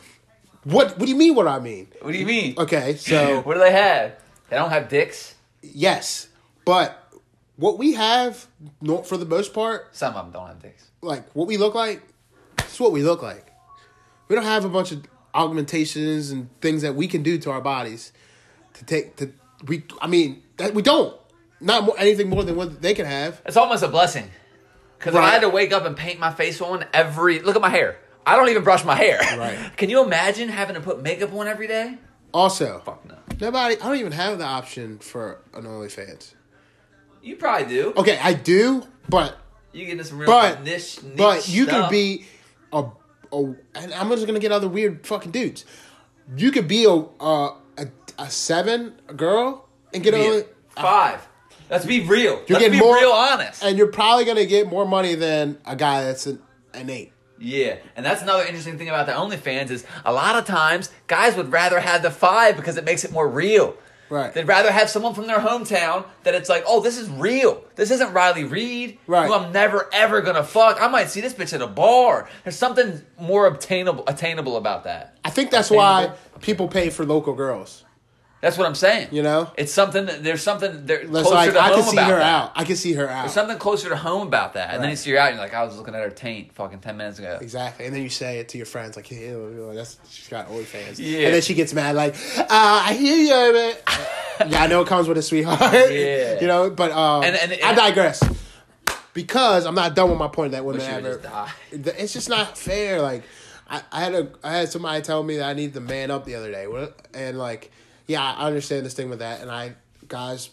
B: What What do you mean? What I mean?
C: What do you mean?
B: Okay, so
C: What do they have? They don't have dicks.
B: yes, but what we have, no- for the most part,
C: Some of them don't have dicks.
B: like what we look like, it's what we look like. We don't have a bunch of augmentations and things that we can do to our bodies to take to we. I mean, that we don't. Not more, anything more than what they can have.
C: It's almost a blessing. Because I
B: Right.
C: had to wake up and paint my face on every. Look at my hair. I don't even brush my hair.
B: Right.
C: Can you imagine having to put makeup on every day?
B: Also,
C: Fuck no.
B: nobody. I don't even have the option for an OnlyFans.
C: You probably do.
B: Okay, I do, but
C: You get into some real
B: but
C: niche, niche
B: but you
C: stuff.
B: could be a, a and I'm just gonna get other weird fucking dudes. You could be a a, a, a seven girl and get
C: Be
B: only
C: it. five. Let's be real.
B: uh, you're
C: Let's
B: getting
C: be
B: more
C: real honest.
B: and you're probably gonna get more money than a guy that's an, an eight.
C: yeah, and that's another interesting thing about the OnlyFans is a lot of times guys would rather have the five because it makes it more real.
B: Right.
C: They'd rather have someone from their hometown that it's like, oh, this is real. This isn't Riley Reed,
B: Right.
C: who I'm never ever gonna fuck. I might see this bitch at a bar. There's something more obtainable attainable about that.
B: I think that's why
C: Attainable.
B: people pay for local girls.
C: That's what I'm saying.
B: You know?
C: it's something. That, there's something there
B: That's
C: closer
B: like
C: to
B: I
C: home
B: can see
C: about
B: her
C: that.
B: out. I can see her out.
C: There's something closer to home about that. And then
B: Right.
C: you see her out and you're like, I was looking at her taint fucking 10 minutes ago.
B: Exactly, and then you say it to your friends like, "Hey, ew, ew, that's she's got old fans."
C: Yeah.
B: and then she gets mad like, uh, "I hear you, man." yeah, I know it comes with a sweetheart.
C: Yeah.
B: you know, but um,
C: And- and-
B: I digress because I'm not done with my point that women
C: Wish you would
B: ever.
C: just die.
B: Th- It's just not fair. Like, I, I had a I had somebody tell me that I need to man up the other day, What- and like, yeah, I understand this thing with that, and I guys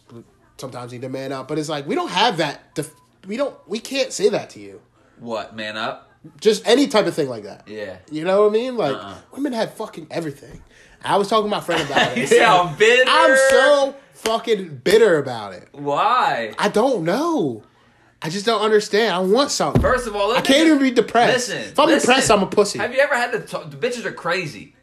B: sometimes need to man up, but it's like we don't have that. Def- we don't. We can't say that to you
C: What, man up?
B: just any type of thing like that.
C: Yeah.
B: You know what I mean? Like
C: Uh-uh.
B: women have fucking everything. I was talking to my friend about
C: You
B: it.
C: sound bitter.
B: I'm so fucking bitter about it.
C: Why?
B: I don't know. I just don't understand. I want something.
C: First of all,
B: I can't even be depressed.
C: Listen,
B: if I'm
C: listen.
B: depressed, I'm a pussy.
C: Have you ever had to? Talk, the bitches are crazy.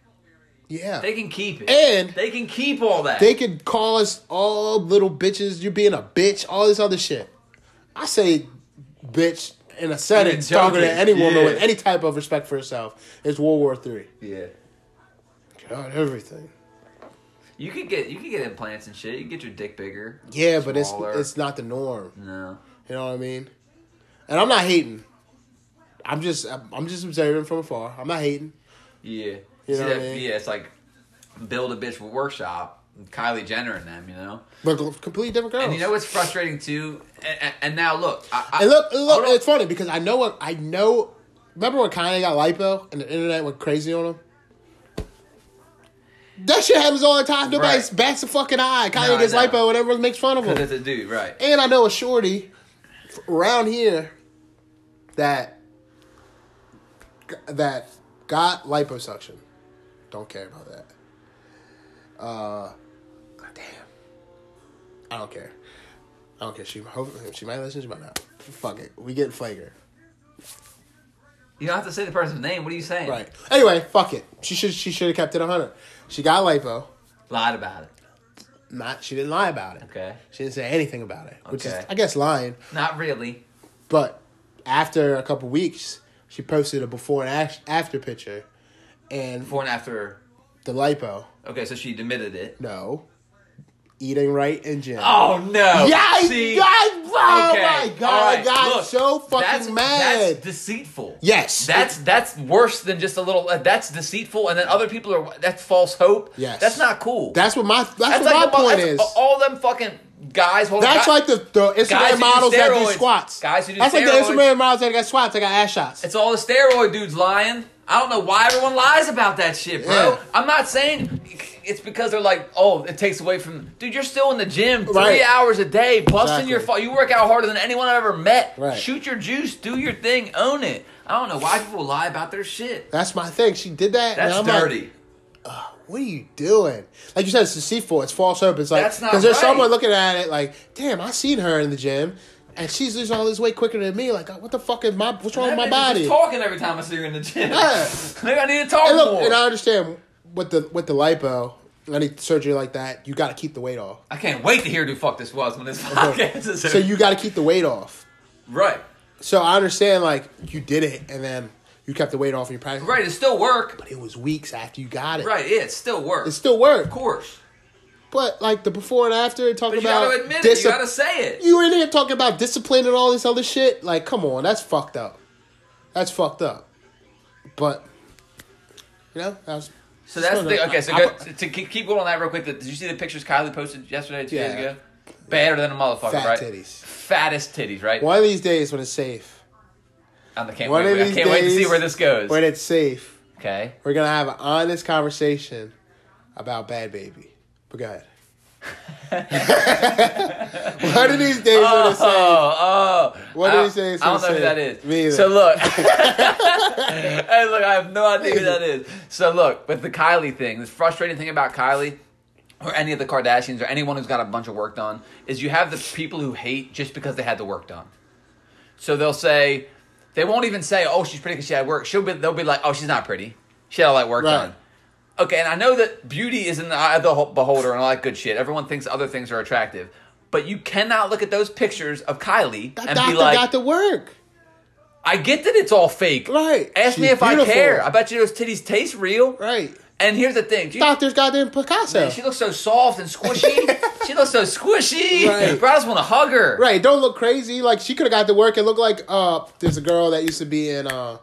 B: yeah.
C: They can keep it,
B: And-
C: they can keep all that.
B: They could call us all little bitches. You being a bitch. All this other shit. I say, bitch, in a setting
C: You're
B: talking to
C: joking.
B: any woman
C: Yeah.
B: with any type of respect for herself. It's World War Three.
C: yeah,
B: God, everything.
C: you could get you could get implants and shit. You can get your dick bigger.
B: Yeah, but it's
C: Smaller.
B: it's not the norm.
C: No,
B: You know what I mean? And I'm not hating. I'm just I'm I'm just observing from afar. I'm not hating.
C: yeah,
B: You
C: See
B: know what I
C: that-
B: mean?
C: yeah. It's like build a bitch workshop. Kylie Jenner and them, you know.
B: But completely different girls.
C: And you know what's frustrating too? And, and, and now look, I,
B: Oh.
C: I,
B: And look, and look,
C: hold on.
B: it's funny because I know what I know. Remember when Kanye got lipo and the internet went crazy on him? That shit happens all the time. Nobody's
C: Right.
B: bats a fucking eye. Kanye
C: No, I
B: gets
C: know.
B: lipo and everyone makes fun of
C: Because
B: him.
C: it's a dude, right?
B: And I know a shorty f- around here that g- that got liposuction. Don't care about that. Uh, damn. I don't care. I don't care. She hopefully she might listen. She might not. Fuck it. We get flagrant.
C: You don't have to say the person's name. What are you saying?
B: Right. Anyway, fuck it. She should she should have kept it hundred. She got lipo.
C: Lied about it.
B: Not she didn't lie about it.
C: Okay.
B: She didn't say anything about it, which is
C: Okay.
B: I guess lying.
C: Not really.
B: But after a couple weeks, she posted a before and act- after picture, and
C: Before and after.
B: the lipo.
C: Okay, so she admitted it.
B: No, eating right and gym.
C: Oh no!
B: Yeah,
C: See?
B: yeah, oh
C: Okay,
B: my god,
C: all right,
B: I got
C: look,
B: so fucking
C: that's,
B: mad.
C: That's deceitful.
B: Yes.
C: That's that's worse than just a little. uh, that's deceitful, and then other people are. That's false hope.
B: Yes.
C: That's not cool.
B: that's what my that's,
C: that's
B: what
C: like
B: my
C: the mo-
B: point
C: that's
B: is.
C: All them fucking guys. Holding
B: that's
C: guy-
B: like the, the
C: guys who
B: Instagram
C: do
B: models that do
C: steroids.
B: squats.
C: Guys who do
B: That's
C: steroids.
B: like the Instagram models that got squats. I got ass shots.
C: It's all the steroid dudes lying. I don't know why everyone lies about that shit, bro.
B: Yeah.
C: I'm not saying it's because they're like, oh, it takes away from. Dude, you're still in the gym three
B: Right.
C: hours a day, busting
B: Exactly.
C: your. Fu- you work out harder than anyone I've ever met.
B: Right.
C: Shoot your juice, do your thing, own it. I don't know why people lie about their shit.
B: That's my thing. She did that.
C: That's
B: and I'm like,
C: dirty.
B: what are you doing? Like you said, it's deceitful. It's false hope. It's like
C: That's not
B: because there's
C: right.
B: someone looking at it like, damn, I seen her in the gym, and she's losing all this weight quicker than me. Like, what the fuck is my? What's wrong with
C: That
B: oh, my
C: bitch is just
B: body?
C: talking every time I see her in the gym.
B: Yeah.
C: Maybe I need to talk
B: And look,
C: more.
B: and I understand with the with the lipo, any surgery like that, you got to keep the weight off.
C: I can't wait to hear who the fuck this was when this podcast is
B: so
C: over.
B: you got to keep the weight off.
C: right,
B: So I understand like you did it, and then you kept the weight off, and you practiced.
C: right. It still work.
B: It was weeks after you got it.
C: Right, yeah, it still works.
B: It still worked,
C: Of course.
B: but like the before and after, and talking
C: But you
B: about
C: gotta admit it.
B: dis-
C: You gotta say it.
B: You in here talking about discipline and all this other shit? Like, come on, that's fucked up. That's fucked up. But you know, that was
C: so that's the
B: so
C: thing.
B: that-
C: Okay, so
B: I-
C: go, to, to keep keep going on that real quick. Did you see the pictures Kylie posted yesterday, two days
B: Yeah.
C: ago? Better than a motherfucker,
B: Fat
C: right?
B: titties.
C: Fattest titties, right?
B: one of these days when it's safe.
C: I can't,
B: One
C: wait,
B: of
C: I
B: these
C: can't wait to see
B: days
C: where this goes.
B: When it's safe,
C: okay.
B: we're gonna have an honest conversation about Bad Baby. But go ahead. one of these days when it's safe.
C: Oh, oh.
B: What
C: I
B: do
C: don't-
B: you say it's
C: I don't know who
B: insane?
C: that is.
B: Me either.
C: So look. hey, look, I have no idea who that is. So look, with the Kylie thing, the frustrating thing about Kylie or any of the Kardashians or anyone who's got a bunch of work done is you have the people who hate just because they had the work done. So they'll say, they won't even say, oh, she's pretty because she had work. She'll be, they'll be like, oh, she's not pretty. She had all that work
B: Right.
C: done. Okay, and I know that beauty is in the eye of the whole- beholder and all that good shit. Everyone thinks other things are attractive. But you cannot look at those pictures of Kylie
B: That
C: and
B: doctor
C: be like,
B: got to work.
C: I get that it's all fake.
B: Right.
C: Ask me
B: She's
C: if I
B: beautiful.
C: care. I bet you those titties taste real.
B: Right.
C: And here's the thing. She,
B: Doctor's goddamn Picasso.
C: she looks so soft and squishy. she looks so squishy.
B: Right.
C: Bro, I just want to hug her.
B: Right, don't look crazy. Like she could have got to work and look like uh there's a girl that used to be in uh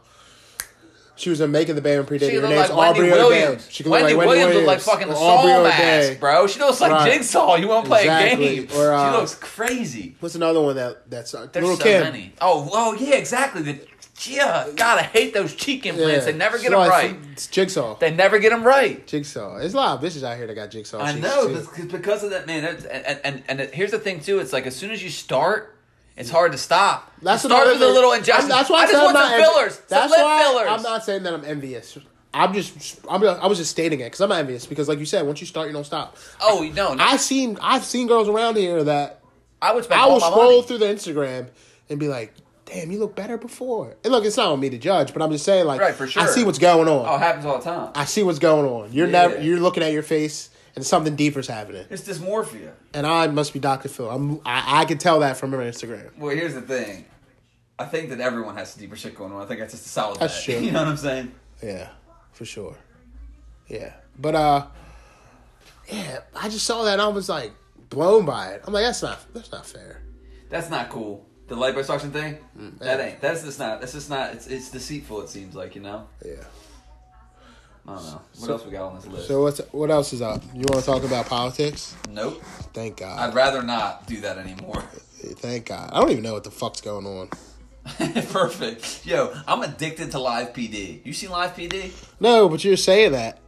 B: she was in making the band pre
C: She
B: Her
C: looked
B: name's
C: like
B: Aubrey
C: Wendy
B: O'Day.
C: Williams.
B: She could look
C: Wendy,
B: like Wendy
C: Williams
B: Williams
C: looked like fucking
B: or
C: Saul
B: Aubrey
C: ass,
B: O'Day.
C: bro. She looks like
B: Right.
C: Jigsaw. You want to play
B: Exactly.
C: a game?
B: Or, uh,
C: she looks crazy.
B: What's another one that that's uh,
C: There's
B: Little
C: so
B: Kim?
C: many. Oh, oh yeah, exactly. The, yeah, God, I hate those cheek implants. They never get
B: It's
C: them
B: like-
C: right.
B: It's jigsaw.
C: They never get them right.
B: Jigsaw. There's a lot of bitches out here that got jigsaw.
C: I
B: cheeks,
C: know
B: too.
C: that's 'cause- because of that, man. That's, and and, and it- here's the thing too. It's like as soon as you start, it's hard to stop.
B: That's
C: you start
B: another
C: with a
B: thing.
C: little
B: I'm-
C: injustice.
B: That's why
C: I
B: I
C: just
B: said
C: want
B: I'm not
C: some
B: envi-
C: fillers.
B: That's
C: some lip
B: why
C: fillers.
B: I'm not saying that I'm envious. I'm just I'm I was just stating it because I'm envious because like you said, once you start, you don't stop.
C: Oh no, no.
B: I seen I've seen girls around here that
C: I would spend
B: I
C: all
B: will
C: my
B: scroll
C: money.
B: through their Instagram and be like, "Damn, you look better before." And look, it's not on me to judge, but I'm just saying, like,
C: Right, for
B: I
C: sure.
B: see what's going on.
C: Oh, it happens all the time.
B: I see what's going on. You're
C: Yeah.
B: never you're looking at your face and something deeper's happening.
C: it's dysmorphia.
B: And I must be Dr. Phil. I'm I, I can tell that from her Instagram.
C: Well, here's the thing. I think that everyone has some deeper shit going on. I think that's just a solid
B: That's
C: bet.
B: true.
C: You know what I'm saying?
B: Yeah, for sure. Yeah, but uh, yeah, I just saw that and I was like blown by it. I'm like, that's not that's not fair.
C: That's not cool. The liposuction thing?
B: Mm,
C: That ain't. That's just not. That's just not. It's, it's deceitful, it seems like, you know?
B: Yeah.
C: I don't know. What else we got on this list?
B: So what's what else is up? You want to talk about politics?
C: nope.
B: Thank God.
C: I'd rather not do that anymore.
B: Thank God. I don't even know what the fuck's going on.
C: Perfect. Yo, I'm addicted to Live PD. You seen Live PD?
B: No, but you're saying that.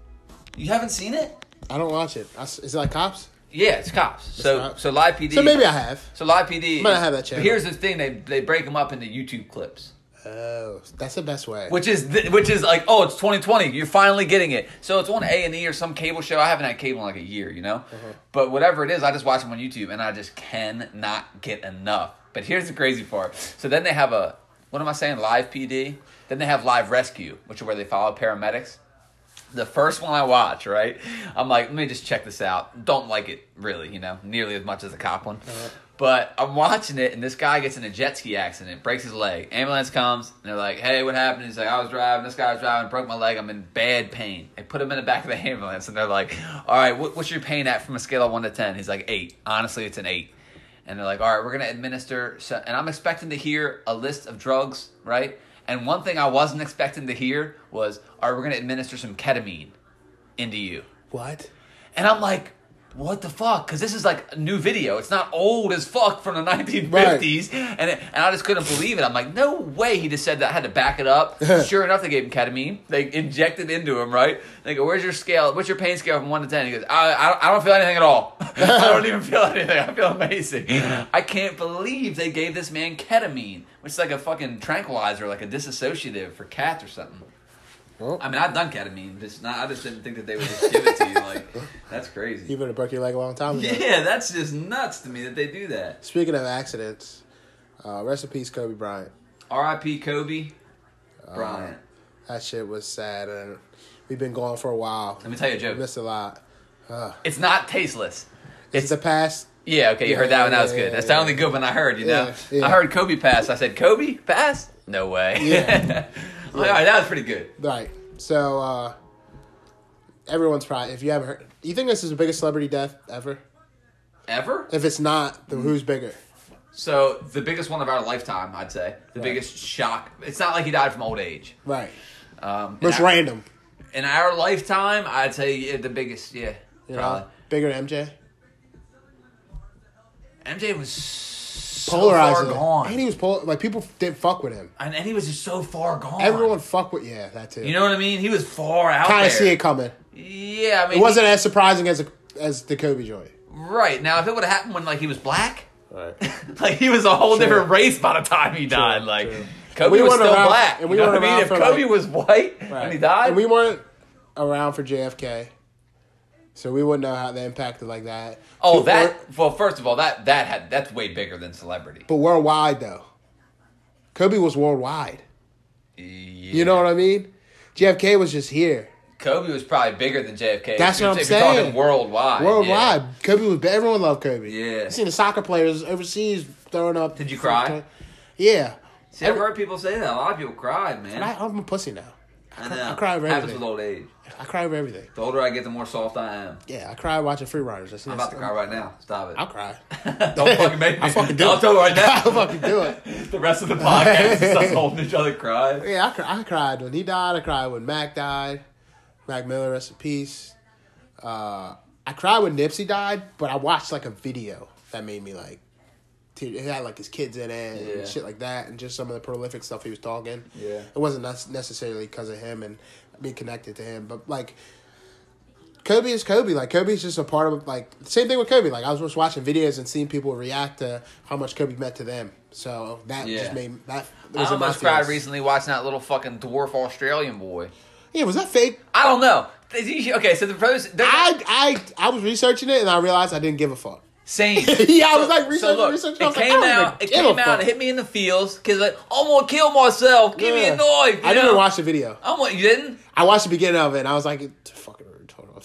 C: You haven't seen it?
B: I don't watch it. I s is it like cops?
C: Yeah, it's cops. so
B: not-
C: so Live PD.
B: So maybe I have.
C: So Live PD.
B: Might
C: is-
B: have that channel.
C: but Here's the thing: they they break them up into YouTube clips.
B: Oh, that's the best way.
C: which is th- which is like oh it's 2020 you're finally getting it so it's on a&e or some cable show i haven't had cable in like a year you know
B: Uh-huh.
C: but whatever it is i just watch them on youtube and i just cannot get enough but here's the crazy part so then they have a what am i saying live pd then they have live rescue which are where they follow paramedics the first one I watch, right? I'm like, let me just check this out. Don't like it really, you know, nearly as much as the cop one. But I'm watching it, and this guy gets in a jet ski accident, breaks his leg. Ambulance comes, and they're like, "Hey, what happened?" He's like, "I was driving. This guy was driving, broke my leg. I'm in bad pain." They put him in the back of the ambulance, and they're like, "All right, what, what's your pain at from a scale of one to ten? He's like, eight. Honestly, it's an eight. And they're like, all right, we're going to administer. So, and I'm expecting to hear a list of drugs, right? And one thing I wasn't expecting to hear was, all right, we're going to administer some ketamine into you.
B: what?
C: And I'm like, what the fuck? Because this is like a new video. It's not old as fuck from the 1950s. And, it, and I just couldn't believe it. I'm like, no way he just said that. I had to back it up. sure enough, they gave him ketamine. They injected into him, right? They go, where's your scale? What's your pain scale from 1 to 10? He goes, I, I, don't, I don't feel anything at all. I don't even feel anything. I feel amazing. I can't believe they gave this man ketamine, which is like a fucking tranquilizer, like a disassociative for cats or something.
B: Well.
C: I mean, I've done ketamine. Just not, I just didn't think that they would just give it to you. Like, that's
B: You
C: crazy.
B: better broke your leg a long time ago.
C: Yeah, that's just nuts to me that they do that.
B: Speaking of accidents, uh, rest in peace, Kobe Bryant.
C: R.I.P. Kobe
B: Uh,
C: Bryant.
B: That shit was sad, and we've been going for a while.
C: Let me tell you a
B: We
C: joke.
B: missed a lot.
C: It's not tasteless.
B: It's the past.
C: Yeah, okay, you heard that one. That was
B: Yeah, yeah,
C: good. That's
B: yeah.
C: the only good one I heard. You know,
B: Yeah, yeah.
C: I heard Kobe pass. I said Kobe pass. No way.
B: Yeah.
C: I'm like, all right, that was pretty good.
B: Right. So uh everyone's probably if you haven't heard you think this is the biggest celebrity death ever?
C: Ever?
B: If it's not, then who's bigger?
C: So the biggest one of our lifetime, I'd say. The
B: Right.
C: biggest shock. It's not like he died from old age.
B: Right.
C: Um,
B: Most
C: in, our,
B: random.
C: in our lifetime, I'd say yeah, the biggest. Yeah,
B: You
C: probably.
B: know? Bigger than MJ?
C: MJ was so
B: Polarizing.
C: far gone,
B: And he was pol- like people didn't fuck with him.
C: and, and he was just so far gone.
B: Everyone fuck with yeah, that too.
C: you know what I mean? He was far out
B: kinda
C: there.
B: see it coming.
C: Yeah, I mean,
B: It wasn't as surprising as a, as the Kobe joint.
C: he- right now. If it would have happened when like he was black,
B: Right.
C: like he was a whole
B: Sure.
C: different race by the time he died. Like
B: true.
C: Kobe
B: We
C: was
B: weren't
C: still
B: around-
C: black.
B: and we
C: you know what
B: weren't
C: I mean?
B: around
C: If
B: for,
C: Kobe
B: like-
C: was white and he died,
B: And we weren't around for JFK. So we wouldn't know how they impacted like that.
C: oh
B: But we're-
C: that. Well, first of all, that that had that's way bigger than celebrity.
B: But worldwide though. Kobe was worldwide. You
C: Yeah.
B: know what I mean? JFK was just here.
C: Kobe was probably bigger than JFK.
B: That's
C: if you're-
B: what I'm
C: if You're
B: saying.
C: talking worldwide. yeah.
B: Worldwide. Kobe was everyone loved Kobe.
C: Yeah.
B: You seen the soccer players overseas throwing up
C: Did you cry?
B: Yeah.
C: See, I've heard people say that. A lot of people cried, man.
B: I, I'm a pussy now. I,
C: I
B: cry-
C: know.
B: I cry over
C: Happens with
B: everything.
C: old age.
B: I cry over everything.
C: The older I get, the more soft I am.
B: Yeah, I cry watching Free Riders. That's
C: I'm about to cry right now. Stop it.
B: I'll cry.
C: Don't fucking make me.
B: I fucking do
C: I'll
B: it.
C: tell you right now.
B: I'll fucking do it.
C: the rest of the podcast is us holding each other cry.
B: Yeah, I, cr- I cried when he died. I cried when Mac died. Mac Miller, rest in peace. Uh, I cried when Nipsey died, but I watched like a video that made me like. tear- It had like his kids in it
C: Yeah.
B: and shit like that, and just some of the prolific stuff he was talking.
C: Yeah.
B: it wasn't nec- necessarily because of him and being connected to him, but like Kobe is Kobe. Like Kobe's just a part of like same thing with Kobe. Like I was just watching videos and seeing people react to how much Kobe meant to them. So that
C: Yeah.
B: just made that.
C: I
B: in my
C: almost cried
B: feelings.
C: recently watching that little fucking dwarf Australian boy.
B: Yeah, was that fake?
C: I don't know. Okay, so the pros. they're not-
B: I I I was researching it and I realized I didn't give a fuck.
C: Same.
B: Yeah, I was like, research,
C: look,
B: research,
C: It
B: I was like, I
C: came
B: don't
C: out.
B: even
C: It
B: give
C: came
B: a
C: out.
B: fuck.
C: It hit me in the feels because like I'm gonna kill myself. Give me a
B: Yeah.
C: knife.
B: I
C: you
B: didn't
C: know?
B: watch the video.
C: I want you didn't.
B: I watched the beginning of it and I was like, it's fucking retarded.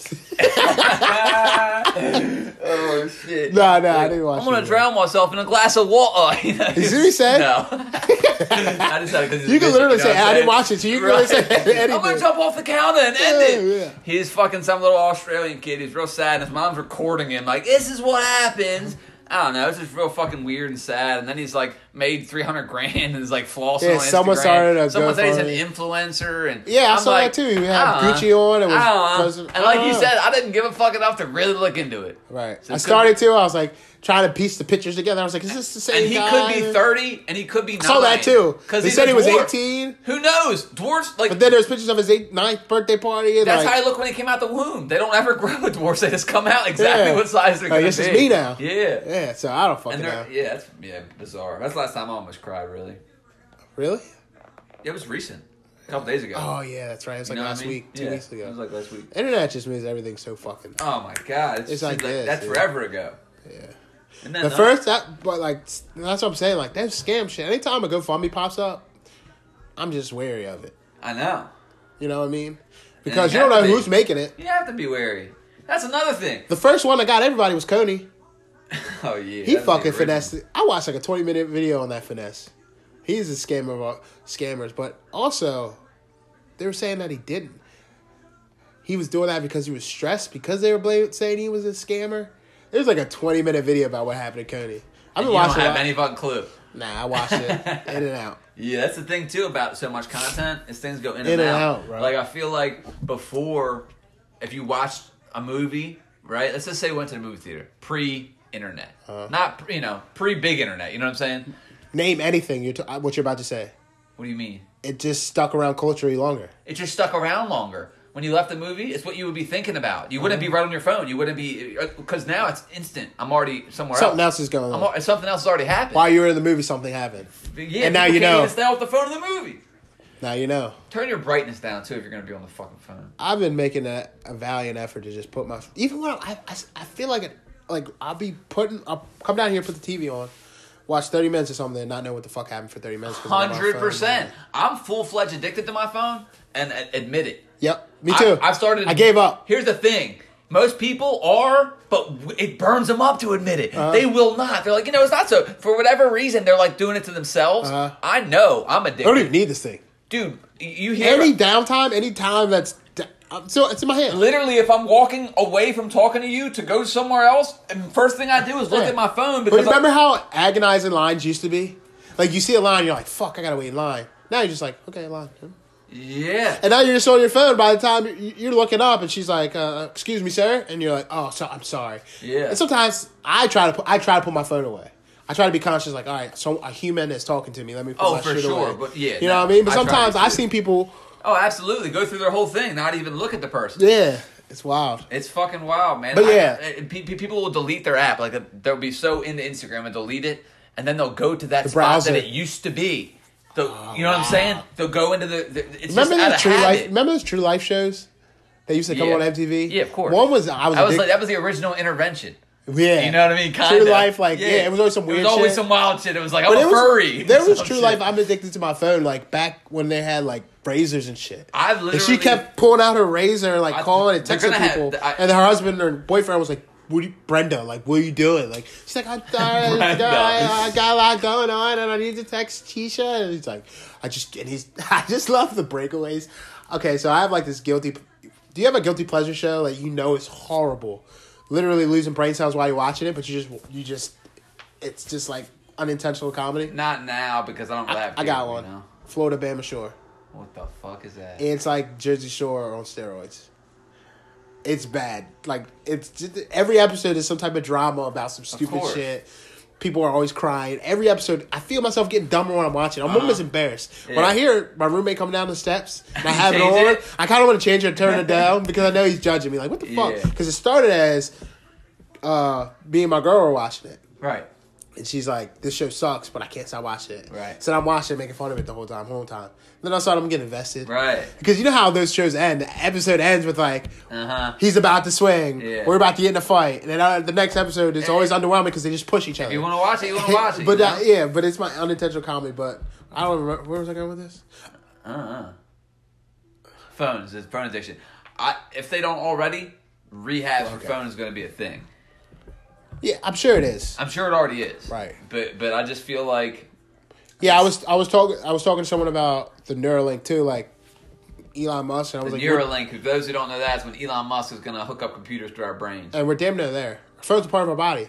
C: Oh shit.
B: nah, nah, I didn't watch.
C: I'm gonna
B: the video.
C: drown myself in a glass of water. You know?
B: You see what he said?
C: No. I just said it 'cause it's
B: You can
C: vicious,
B: literally
C: know
B: say,
C: what I'm
B: I didn't
C: saying?
B: watch it, so you can really say anything.
C: I'm gonna jump off the counter and end
B: Yeah,
C: it.
B: yeah.
C: He's fucking some little Australian kid. He's real sad, and his mom's recording him. Like, this is what happens. I don't know. It's just real fucking weird and sad. And then he's like made three hundred grand and is like flossing
B: Yeah,
C: on
B: someone
C: Instagram.
B: started a
C: someone said he's an
B: GoFundMe.
C: influencer, and
B: Yeah, I
C: I'm
B: saw that
C: like,
B: too. He had
C: I don't know.
B: Gucci on and was Oh.
C: I don't know.
B: posing-
C: And like
B: I
C: you
B: don't
C: said, I didn't give a fuck enough to really look into it.
B: Right.
C: So
B: I
C: it could-
B: started to. I was like trying to piece the pictures together. I was like, is this the same
C: And he
B: guy?
C: could be thirty, and he could be.
B: I saw that too.
C: Because
B: They said he was 18.
C: Who knows? Dwarfs like
B: But then there's pictures of his eight, ninth birthday party. And
C: That's
B: like,
C: how I look when he came out the womb. They don't ever grow with dwarfs. They just come out exactly
B: Yeah.
C: what size they're
B: Like,
C: going
B: this
C: to
B: is
C: be.
B: me now.
C: Yeah.
B: Yeah, so I don't fucking
C: And
B: know.
C: they're, yeah, that's yeah, bizarre. That's the last time I almost cried, really.
B: Really?
C: Yeah, it was recent. A couple days ago.
B: Oh, yeah, that's right. It was like
C: You know what
B: last
C: I mean?
B: week, two
C: Yeah,
B: weeks
C: It was
B: ago.
C: like last week.
B: Internet just means everything's so fucking.
C: Oh my god. It's,
B: It's
C: just
B: like
C: like,
B: this,
C: that's
B: yeah.
C: forever ago.
B: Yeah.
C: Isn't that
B: The
C: nuts?
B: first that, but like that's what I'm saying. Like that scam shit. Anytime a GoFundMe pops up, I'm just wary of it.
C: I know.
B: You know what I mean? Because
C: you
B: you don't
C: have
B: know
C: to be.
B: who's making it.
C: You have to be wary. That's another thing.
B: The first one that got everybody was Coney.
C: Oh
B: He
C: yeah. that's the
B: fucking
C: original.
B: finessed it. I watched like a 20 minute video on that finesse. He's a scammer of all scammers, but also they were saying that he didn't. He was doing that because he was stressed because they were blaming, saying he was a scammer. There's like a 20 minute video about what happened to Coney. I've
C: You
B: been
C: don't
B: watching
C: have
B: it.
C: any fucking clue.
B: Nah, I watched it in and out.
C: Yeah, that's the thing too about so much content is things go in, and,
B: In and
C: out.
B: out, right.
C: Like I feel like before, if you watched a movie, right? Let's just say we went to the movie theater pre-internet,
B: Uh-huh.
C: not pre- you know pre-big internet. You know what I'm saying?
B: Name anything you're t- uh, what you're about to say.
C: What do you mean?
B: It just stuck around culturally longer.
C: It just stuck around longer. When you left the movie, it's what you would be thinking about. You wouldn't be
B: Uh-huh.
C: right on your phone. You wouldn't be because now it's instant. I'm already somewhere
B: Something
C: else.
B: else is going
C: I'm,
B: on.
C: al- something else has already happened.
B: While you were in the movie, something happened.
C: Yeah,
B: and now
C: people
B: you
C: can't
B: know.
C: even stay off the phone of the movie.
B: Now you know.
C: Turn your brightness down too if you're gonna be on the fucking phone.
B: I've been making a, a valiant effort to just put my even when I I, I- I feel like it like I'll be putting I'll come down here put the TV on, watch thirty minutes or something, and not know what the fuck happened for thirty minutes. 'cause I'm on my phone.
C: Hundred percent. I'm full fledged addicted to my phone, and a- admit it.
B: Yep, me too.
C: I, have started.
B: I gave up.
C: Here's the thing: most people are, but w- it burns them up to admit
B: Uh-huh.
C: it. they will not. They're like, you know, it's not so. For whatever reason, they're like doing it to themselves.
B: Uh-huh.
C: I know I'm
B: I don't even
C: addicted,
B: need this thing.
C: dude. y- You hear?
B: Any downtime, any time that's da- I'm so it's in my hand.
C: Literally, if I'm walking away from talking to you to go somewhere else, and first thing I do is look
B: Yeah.
C: at my phone
B: But
C: because I'm-
B: remember how agonizing lines used to be? Like you see a line, you're like, "Fuck, I gotta wait in line." Now you're just like, "Okay, line."
C: yeah.
B: And now you're just on your phone. By the time you- you're looking up, and she's like, uh, "Excuse me, sir," and you're like, "Oh, so I'm sorry."
C: Yeah.
B: And sometimes I try to put, I try to put my phone away. I try to be conscious, like, all right, so a human is talking to me. Let me put
C: Oh,
B: my
C: for
B: shit
C: sure,
B: away.
C: but yeah,
B: you know
C: no,
B: what I mean. But
C: I try
B: sometimes
C: to
B: I've
C: too.
B: seen people.
C: Oh, absolutely. Go through their whole thing, not even look at the person.
B: Yeah, it's wild.
C: It's fucking wild, man.
B: But
C: I-
B: yeah.
C: I- pe- pe- people will delete their app. Like they'll be so into Instagram and delete it, and then they'll go to that spot
B: browser.
C: that it used to be. They'll, you know what I'm saying? They'll go into the. the it's
B: Remember
C: just out
B: the
C: of
B: true
C: habit.
B: life? Remember those true life shows? They used to come
C: Yeah.
B: on MTV.
C: Yeah, of course.
B: One was I was.
C: that was
B: addic-
C: like, that was the original intervention.
B: yeah,
C: You know what I mean? Kinda.
B: True life, like yeah. it was always some weird.
C: It was always
B: shit.
C: some wild shit. It was like
B: But it
C: I'm a
B: was-
C: furry.
B: There
C: or
B: was
C: some
B: true
C: shit.
B: life. I'm addicted to my phone. Like back when they had like razors and shit.
C: I've
B: And she
C: literally-
B: kept pulling out her razor and like
C: I-
B: calling and
C: they're
B: texting
C: gonna have-
B: people.
C: I-
B: and her husband or boyfriend was like, "What, do you, Brenda? Like, what are you doing?" Like she's like, "I, I, I,
C: Brenda.
B: I got a lot going on, and I need to text Tisha." And he's like, "I just and he's I just love the breakaways." Okay, so I have like this guilty. Do you have a guilty pleasure show like you know is horrible? Literally losing brain cells while you're watching it, but you just you just it's just like unintentional comedy.
C: Not now because I don't laugh.
B: I got
C: people,
B: one.
C: you know?
B: Florida Bama Shore.
C: What the fuck is that?
B: It's like Jersey Shore on steroids. It's bad. Like it's just, every episode is some type of drama about some stupid
C: course.
B: shit. People are always crying. Every episode, I feel myself getting dumber when I'm watching. I'm almost embarrassed when
C: Uh-huh. Yeah.
B: I hear my roommate come down the steps and I have it
C: Change
B: on.
C: it?
B: I kind of want to change it and turn it down because I know he's judging me. Like what the fuck?
C: Yeah.
B: Because it started as uh, me and my girl were watching it.
C: right.
B: And she's like, "This show sucks, but I can't stop watching it."
C: Right.
B: So I'm watching, it, making fun of it the whole time, whole time. Then I started getting invested.
C: Right.
B: Because you know how those shows end. The episode ends with like,
C: Uh-huh.
B: he's about to swing.
C: Yeah.
B: We're about to get in a fight, and then uh, the next episode is always underwhelming because they just push each other.
C: You want to watch it? You want to watch it?
B: but
C: you
B: uh,
C: know?
B: yeah, but it's my unintentional comedy. But I don't remember where was I going with this.
C: phones, it's phone addiction. I, if they don't already, rehab for phone is going to be a thing.
B: Yeah, I'm sure it is.
C: I'm sure it already is.
B: Right.
C: But but I just feel like
B: Yeah, I was I was talking I was talking to someone about the Neuralink too, like Elon Musk, and I was
C: the
B: like, we're-
C: Neuralink. For those who don't know, that's when Elon Musk is going to hook up computers to our brains.
B: and we're damn near there. Our phone's a part of our body,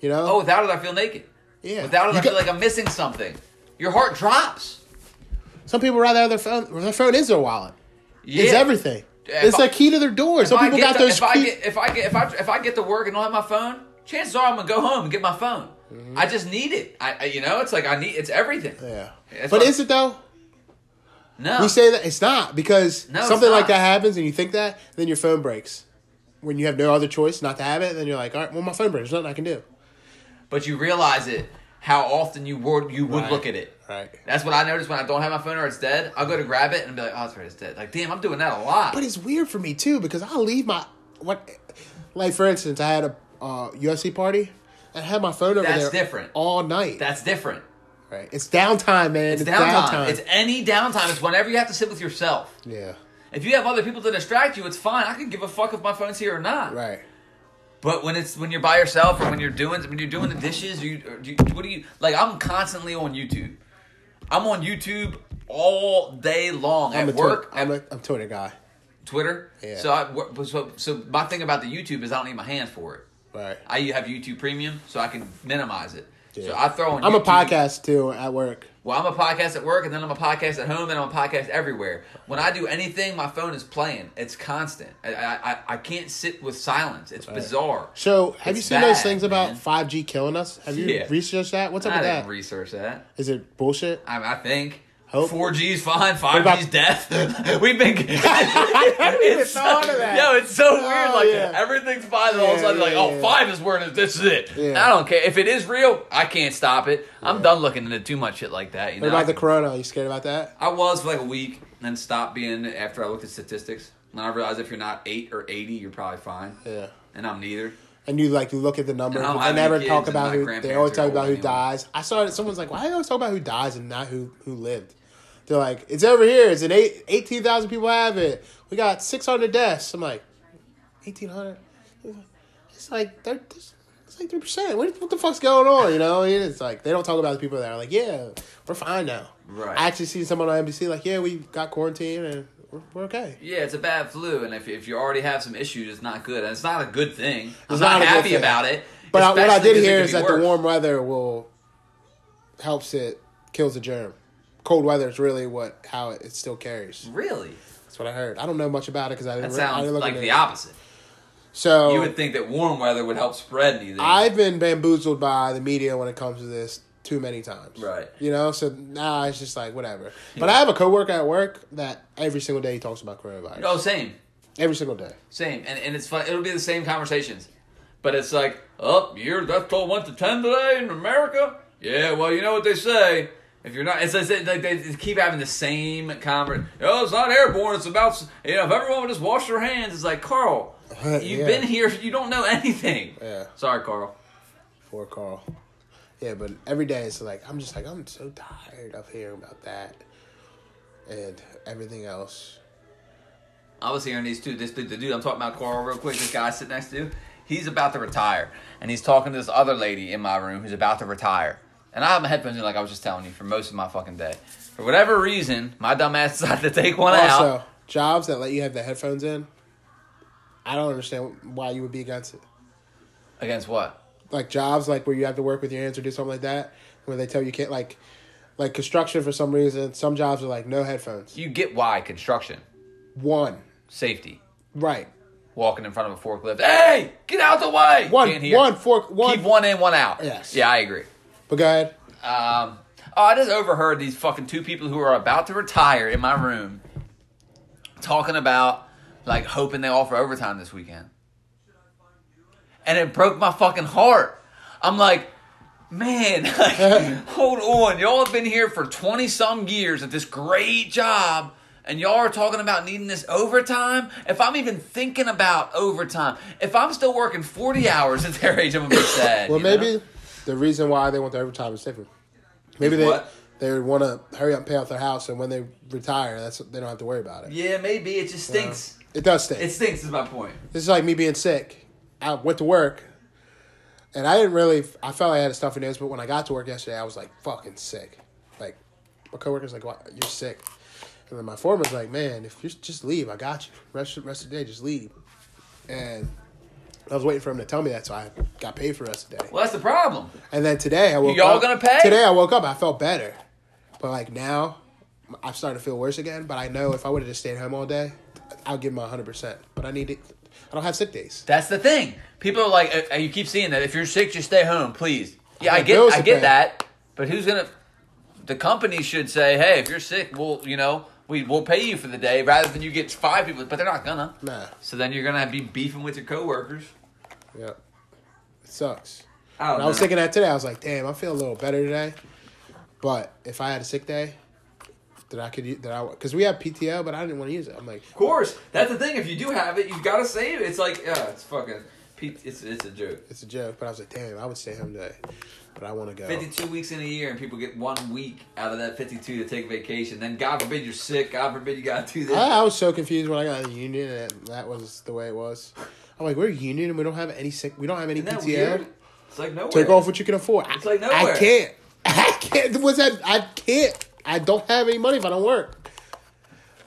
B: you know.
C: Oh, without it, I feel naked.
B: yeah.
C: Without it,
B: You
C: I feel
B: got-
C: like I'm missing something. Your heart drops.
B: some people rather have their phone. Their phone is their wallet.
C: Yeah.
B: It's everything.
C: If
B: it's
C: I-
B: the key to their door.
C: If
B: Some
C: I
B: people
C: get
B: got
C: to,
B: those.
C: if I
B: key-
C: get if I get if I if I get to work and don't have my phone, chances are I'm gonna go home and get my phone. I just need it. I, I you know it's like I need it's everything.
B: Mm-hmm. yeah,
C: That's
B: but
C: why-
B: is it though?
C: No.
B: We say that it's not because
C: No, it's
B: something like
C: not.
B: that happens and you think that, then your phone breaks. When you have no other choice not to have it, then you're like, all right, well, my phone breaks. There's nothing I can do.
C: but you realize it how often you would you would
B: Right.
C: look at it.
B: Right.
C: That's what I notice when I don't have my phone or it's dead. I'll go to grab it and be like, oh, that's right, it's dead. Like, damn, I'm doing that a lot.
B: But it's weird for me too because I'll leave my what, like for instance, I had a uh, UFC party and I had my phone over
C: That's
B: there
C: different.
B: all night.
C: That's different.
B: right. It's downtime, man. It's,
C: It's
B: downtime.
C: downtime. It's any downtime. It's whenever you have to sit with yourself.
B: yeah.
C: If you have other people to distract you, it's fine. I can give a fuck if my phone's here or not.
B: Right.
C: But when it's when you're by yourself or when you're doing when you're doing the dishes, you, or do you what do you like? I'm constantly on YouTube. I'm on YouTube all day long
B: I'm
C: at
B: a
C: work,
B: Twitter, I'm,
C: at
B: a, I'm Twitter guy.
C: Twitter.
B: Yeah.
C: So I wor- so so my thing about the YouTube is I don't need my hand for it.
B: Right.
C: I have YouTube Premium, so I can minimize it. So
B: Yeah.
C: I throw on.
B: I'm a
C: YouTube.
B: podcast too at work.
C: Well, I'm a podcast at work, and then I'm a podcast at home, and I'm a podcast everywhere. When I do anything, my phone is playing. It's constant. I I, I- I can't sit with silence. It's bizarre.
B: So have you
C: It's
B: seen those
C: bad,
B: things
C: man.
B: about 5G killing us? Have you
C: Yeah.
B: researched that? What's up
C: I
B: with
C: didn't
B: that? Is
C: research that.
B: it bullshit?
C: I, I think.
B: Hope.
C: 4G's fine, 5G's
B: about-
C: death. We've been.
B: didn't even
C: it's
B: thought
C: so,
B: of that.
C: Yo, it's so weird.
B: Oh,
C: Like
B: yeah.
C: everything's fine, and all of a
B: Yeah,
C: sudden, like,
B: yeah,
C: oh,
B: yeah.
C: five is word. This is it.
B: Yeah.
C: I don't care if it is real. I can't stop it. I'm done looking into too much shit like that. You
B: What
C: know.
B: about the corona? Are you scared about that?
C: I was for like a week, then stopped being after I looked at statistics. And I realized if you're not eight or eighty, you're probably fine.
B: Yeah.
C: And I'm neither.
B: And you like you look at the numbers.
C: And I don't
B: They
C: have any
B: never
C: kids,
B: talk
C: and
B: about
C: my
B: who they
C: grandparents
B: always
C: are
B: talk about
C: old
B: who
C: anyway.
B: dies. I saw it. Someone's like, "Why do they always talk about who dies and not who who lived?" They're like, "It's over here. It's an eight, 18,000 people have it. We got six hundred deaths." I'm like, eighteen hundred. It's like they're. It's like three percent. What, what the fuck's going on? You know, And it's like they don't talk about the people that are like, yeah, we're fine now.
C: Right.
B: I actually seen someone on NBC like, yeah, we got quarantined and we're, we're okay.
C: Yeah, it's a bad flu, and if, if you already have some issues, it's not good. And it's not a good thing. I'm
B: It's
C: not,
B: not a good
C: happy
B: thing.
C: about it.
B: But I, what I
C: especially
B: did
C: 'cause it
B: hear
C: could
B: is
C: be
B: that
C: worse.
B: the warm weather will helps it kills the germ. Cold weather is really what how it, it still carries.
C: Really?
B: That's what I heard. I don't know much about it because I
C: That
B: didn't. re- I
C: sounds
B: didn't look
C: like
B: into
C: the
B: it.
C: opposite.
B: So
C: You would think that warm weather would help spread anything.
B: I've been bamboozled by the media when it comes to this too many times.
C: Right.
B: You know, so now it's just like whatever. But I have a coworker at work that every single day he talks about coronavirus.
C: oh, same,
B: Every single day.
C: same, and and it's fun. It'll be the same conversations, but it's like, oh, your death toll went to ten today in America. Yeah, well, you know what they say. If you're not, it's, it's like they keep having the same conversation. Oh, it's not airborne. It's about you know if everyone would just wash their hands. It's like Carl, you've
B: Uh, Yeah.
C: been here. You don't know anything.
B: Yeah.
C: Sorry, Carl.
B: Poor Carl. Yeah, but every day it's like I'm just like I'm so tired of hearing about that and everything else.
C: I was hearing these two. This the, the dude I'm talking about, Carl, real quick. This guy I sit next to, he's about to retire, and he's talking to this other lady in my room who's about to retire. And I have my headphones in, like I was just telling you, for most of my fucking day. For whatever reason, my dumb ass decided to take one
B: Also,
C: out.
B: jobs that let you have the headphones in, I don't understand why you would be against it.
C: Against what?
B: Like jobs like where you have to work with your hands or do something like that, where they tell you can't like like construction for some reason, some jobs are like no headphones.
C: You get why construction,
B: One.
C: safety,
B: Right.
C: walking in front of a forklift. Hey, get out the way!
B: One
C: Can't hear.
B: one fork one,
C: Keep one in, one out.
B: Yes.
C: Yeah, I agree.
B: but go ahead.
C: Um, oh, I just overheard these fucking two people who are about to retire in my room talking about like hoping they offer overtime this weekend. And it broke my fucking heart. I'm like, man, like, hold on. Y'all have been here for 20 some years at this great job, and y'all are talking about needing this overtime. If I'm even thinking about overtime, if I'm still working 40 hours at their age, I'm going to be sad.
B: Well,
C: you know?
B: maybe the reason why they want their overtime is different. Maybe they
C: What?
B: they want to hurry up and pay off their house, and when they retire, that's they don't have to worry about it.
C: Yeah, maybe. It just stinks.
B: It does stink.
C: It stinks, is my point.
B: this is like me being sick. I went to work, and I didn't really. I felt like I had a stuffy nose, but when I got to work yesterday, I was like fucking sick. Like my coworker's like, "Why you're sick?" And then my foreman's like, "Man, if you just leave, I got you. Rest rest of the day, just leave." And I was waiting for him to tell me that, so I got paid for the rest of the day.
C: Well, that's the problem.
B: And then today I woke
C: Y'all
B: up.
C: gonna pay?
B: Today I woke up. I felt better, but like now, I'm starting to feel worse again. But I know if I would have just stayed home all day, I'll give my 100. percent But I need it. I don't have sick days.
C: That's the thing. People are like, uh, uh, you keep seeing that. If you're sick, just stay home, please. Yeah, I
B: My
C: get,
B: bills
C: I
B: are
C: get
B: paid.
C: that. But who's gonna? The company should say, hey, if you're sick, we'll, you know, we will pay you for the day, rather than you get five people. But they're not gonna.
B: Nah.
C: So then you're gonna be beefing with your coworkers.
B: Yeah, it sucks.
C: I don't
B: And I
C: know.
B: was thinking that today. I was like, damn, I feel a little better today. But if I had a sick day, that I could u- that I because we have PTO, but I didn't want to use it. I'm like,
C: Of course, that's the thing. If you do have it, you've got to save it. It's like, uh, it's fucking, it's it's a joke.
B: it's a joke. But I was like, damn, I would stay home today, but I want to go.
C: 52 weeks in a year and people get one week out of that 52 to take vacation then god forbid you're sick god forbid you gotta do this
B: I, I was so confused when I got in the union and that was the way it was. I'm like, we're union and we don't have any sick, we don't have any
C: Isn't that
B: PTO.
C: weird? It's like nowhere.
B: Take off what you can afford.
C: It's like
B: I,
C: nowhere.
B: I can't. I can't. What's that? I can't. I don't have any money if I don't work.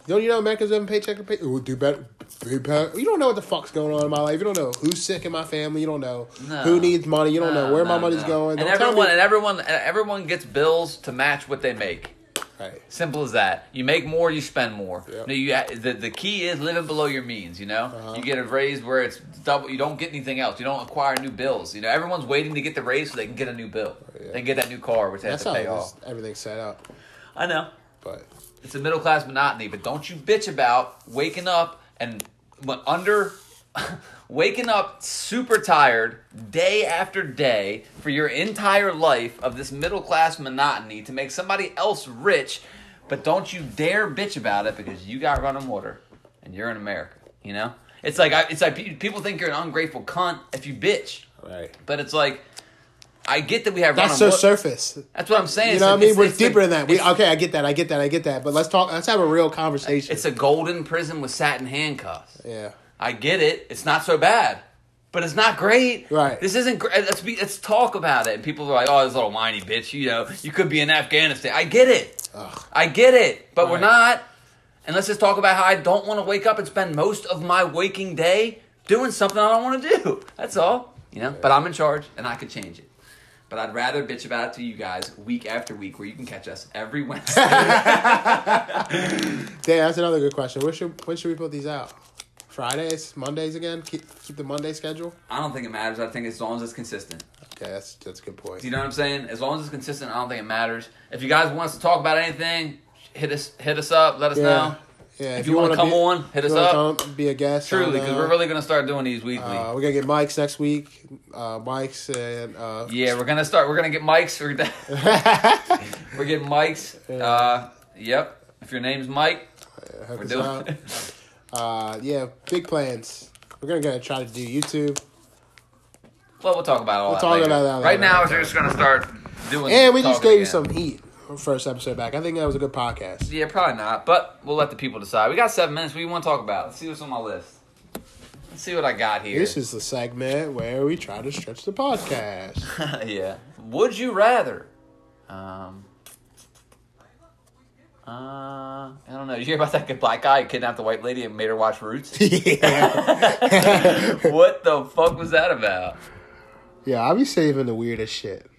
B: Don't you know Americans living paycheck to pay? We'll do better. do better. You don't know what the fuck's going on in my life. You don't know who's sick in my family. You don't know
C: No.
B: who needs money. You don't
C: No,
B: know where my
C: no,
B: money's
C: no.
B: going.
C: And
B: Don't tell
C: everyone,
B: me-
C: and everyone, and everyone gets bills to match what they make.
B: Right.
C: Simple as that. You make more, you spend more.
B: Yep.
C: No, you ha- the the key is living below your means. You know,
B: Uh-huh.
C: you get a raise where it's double. You don't get anything else. You don't acquire new bills. You know, everyone's waiting to get the raise so they can get a new bill. They can get that new car, which they
B: That's
C: have
B: how
C: to pay
B: it
C: off.
B: is. everything's set up.
C: I know.
B: But
C: It's a middle class monotony, but don't you bitch about waking up and but under waking up super tired day after day for your entire life of this middle class monotony to make somebody else rich, but don't you dare bitch about it because you got running water and you're in America, you know? It's like I, it's like pe- people think you're an ungrateful cunt if you bitch,
B: right.
C: but it's like I get that we have
B: That's so
C: running wa-
B: surface.
C: That's what I'm saying.
B: You
C: It's
B: know what I
C: like-
B: mean?
C: it's-
B: We're
C: it's the-
B: deeper than that. We,
C: it's-
B: okay, I get that. I get that. I get that. But let's talk. Let's have a real conversation.
C: It's a golden prison with satin handcuffs.
B: yeah.
C: I get it. It's not so bad, but it's not great.
B: Right.
C: This isn't great. Let's be. Let's talk about it. And people are like, "Oh, this little whiny bitch." You know, you could be in Afghanistan. I get it.
B: Ugh.
C: I get it. But we're
B: Right.
C: not. And let's just talk about how I don't want to wake up and spend most of my waking day doing something I don't want to do. That's all. You know. But I'm in charge, and I could change it. But I'd rather bitch about it to you guys week after week, where you can catch us every Wednesday.
B: Damn, that's another good question. When should when should we put these out? Fridays, Mondays again. Keep keep the Monday schedule.
C: I don't think it matters. I think as long as it's consistent.
B: Okay, that's that's a good point.
C: Do you know what I'm saying? As long as it's consistent, I don't think it matters. If you guys want us to talk about anything, hit us hit us up. Let us know.
B: yeah.
C: If you wanna
B: wanna
C: come
B: be-
C: on, hit
B: if you
C: us
B: wanna
C: up.
B: come be a guest.
C: Truly,
B: on,
C: because
B: uh,
C: we're really gonna start doing these weekly.
B: Uh, we're gonna get Mike's next week. Uh, Mike's and uh,
C: yeah, we're gonna start. We're gonna get mics. We're gonna, we're getting mics. Uh, yep. If your name's Mike,
B: help
C: we're
B: us
C: doing.
B: out. Uh, yeah, big plans. We're gonna gonna try to do YouTube,
C: well, we'll talk about all
B: We'll
C: that.
B: talk
C: later.
B: about that later.
C: Right now, we're just gonna start doing.
B: and we just
C: talking
B: gave you
C: again.
B: some heat. First episode back. I think that was a good podcast.
C: Yeah, probably not. But we'll let the people decide. We got seven minutes. What do you want to talk about? Let's see what's on my list. Let's see what I got here.
B: This is the segment where we try to stretch the podcast.
C: yeah. Would you rather? Um. Uh, I don't know. Did you hear about that good black guy who kidnapped the white lady and made her watch Roots?
B: yeah.
C: what the fuck was that about?
B: Yeah, I'll be saving the weirdest shit.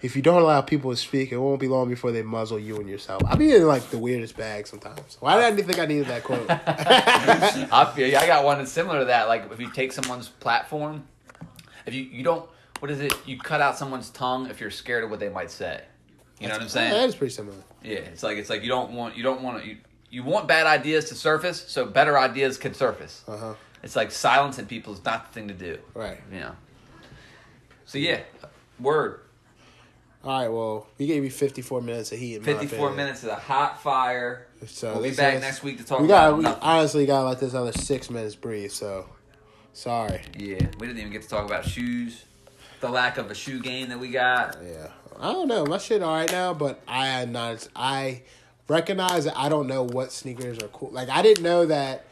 B: If you don't allow people to speak, it won't be long before they muzzle you and yourself. I'll be in like the weirdest bag sometimes. Why did I think I needed that quote?
C: I feel you. I got one that's similar to that. Like if you take someone's platform, if you you don't, what is it? You cut out someone's tongue if you're scared of what they might say. You know what I'm saying?
B: that is pretty similar.
C: Yeah, it's like it's like you don't want you don't want to you, you want bad ideas to surface, so better ideas can surface.
B: Uh huh.
C: It's like silencing people is not the thing to do.
B: Right.
C: You know. So yeah, word.
B: All right, well, you gave me 54 minutes of heat. in my
C: 54
B: opinion.
C: minutes of the hot fire.
B: So
C: we'll be
B: this
C: back
B: is-
C: next week to talk
B: We
C: about
B: got we
C: nothing.
B: honestly got to let this other six minutes breathe. So, sorry.
C: Yeah, we didn't even get to talk about shoes. The lack of a shoe game that we got.
B: Yeah, I don't know. My shit all right now, but I am not. I recognize that I don't know what sneakers are cool. Like I didn't know that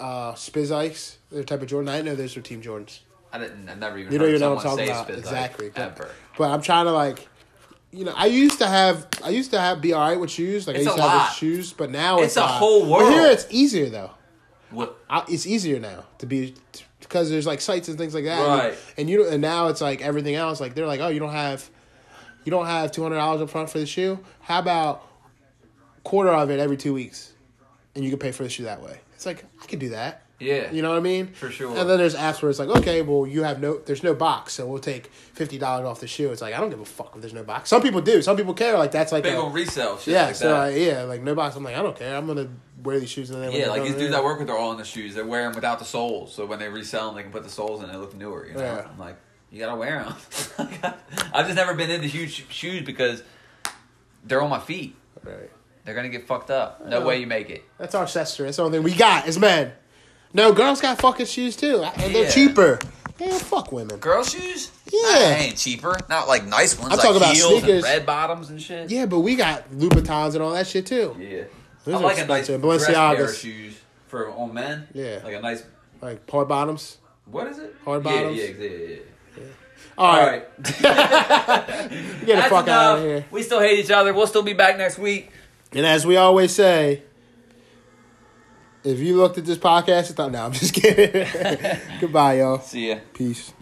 B: uh Spizikes, their type of Jordan. I didn't know those were Team Jordans.
C: I didn't. I never even.
B: You
C: heard
B: don't even know what I'm talking
C: someone say
B: about.
C: Spitbite
B: exactly. But,
C: Ever.
B: but I'm trying to like, you know, I used to have, I used to have be all right with shoes. Like
C: It's
B: I
C: a
B: used to have
C: lot.
B: those shoes, but now
C: It's
B: it's,
C: a
B: not.
C: whole
B: But here
C: world.
B: it's easier though.
C: What?
B: I, it's easier now to be because there's like sites and things like that.
C: Right.
B: And, you don't- and now it's like everything else. Like they're like, oh, you don't have, you don't have two hundred dollars up front for the shoe. How about quarter of it every two weeks, and you can pay for the shoe that way. It's like I could do that.
C: Yeah.
B: You know what I mean?
C: For sure.
B: And then there's apps where it's like, okay, well, you have no, there's no box, so we'll take fifty dollars off the shoe. It's like I don't give a fuck if there's no box. Some people do. Some people care. Like that's like
C: Big
B: a-
C: on resale shit.
B: yeah.
C: like
B: so
C: that.
B: uh, yeah, like no box. I'm like I don't care. I'm gonna wear these shoes and then when
C: yeah,
B: they're
C: like these
B: done,
C: dudes
B: yeah.
C: I work with are all in the shoes. They're wearing without the soles, so when they resell them, they can put the soles in. They look newer. You know,
B: Yeah.
C: I'm like, you gotta wear them. I've just never been into huge shoes because they're on my feet.
B: Right.
C: They're gonna get fucked up. No way you make it.
B: That's our sister. That's the only thing we got is men. No, girls got fucking shoes too, and they're
C: Yeah.
B: cheaper. Man, fuck women.
C: Girl shoes?
B: Yeah.
C: Nah, they ain't cheaper. Not like nice ones.
B: I'm
C: like
B: talking about
C: heels and
B: sneakers.
C: red bottoms and shit.
B: Yeah, but we got Louboutins and all that shit too.
C: Yeah.
B: Those
C: I
B: are
C: like a nice
B: expensive.
C: dress pair of
B: Balenciagas.
C: shoes for on men.
B: Yeah.
C: Like a nice
B: Like hard bottoms.
C: what is it?
B: Hard
C: yeah,
B: bottoms?
C: Yeah, yeah, yeah.
B: All
C: All
B: right, get
C: right.
B: the
C: That's
B: fuck out of
C: enough.
B: here.
C: We still hate each other. We'll still be back next week.
B: And as we always say, if you looked at this podcast, you thought, no, I'm just kidding. Goodbye, y'all.
C: See ya.
B: Peace.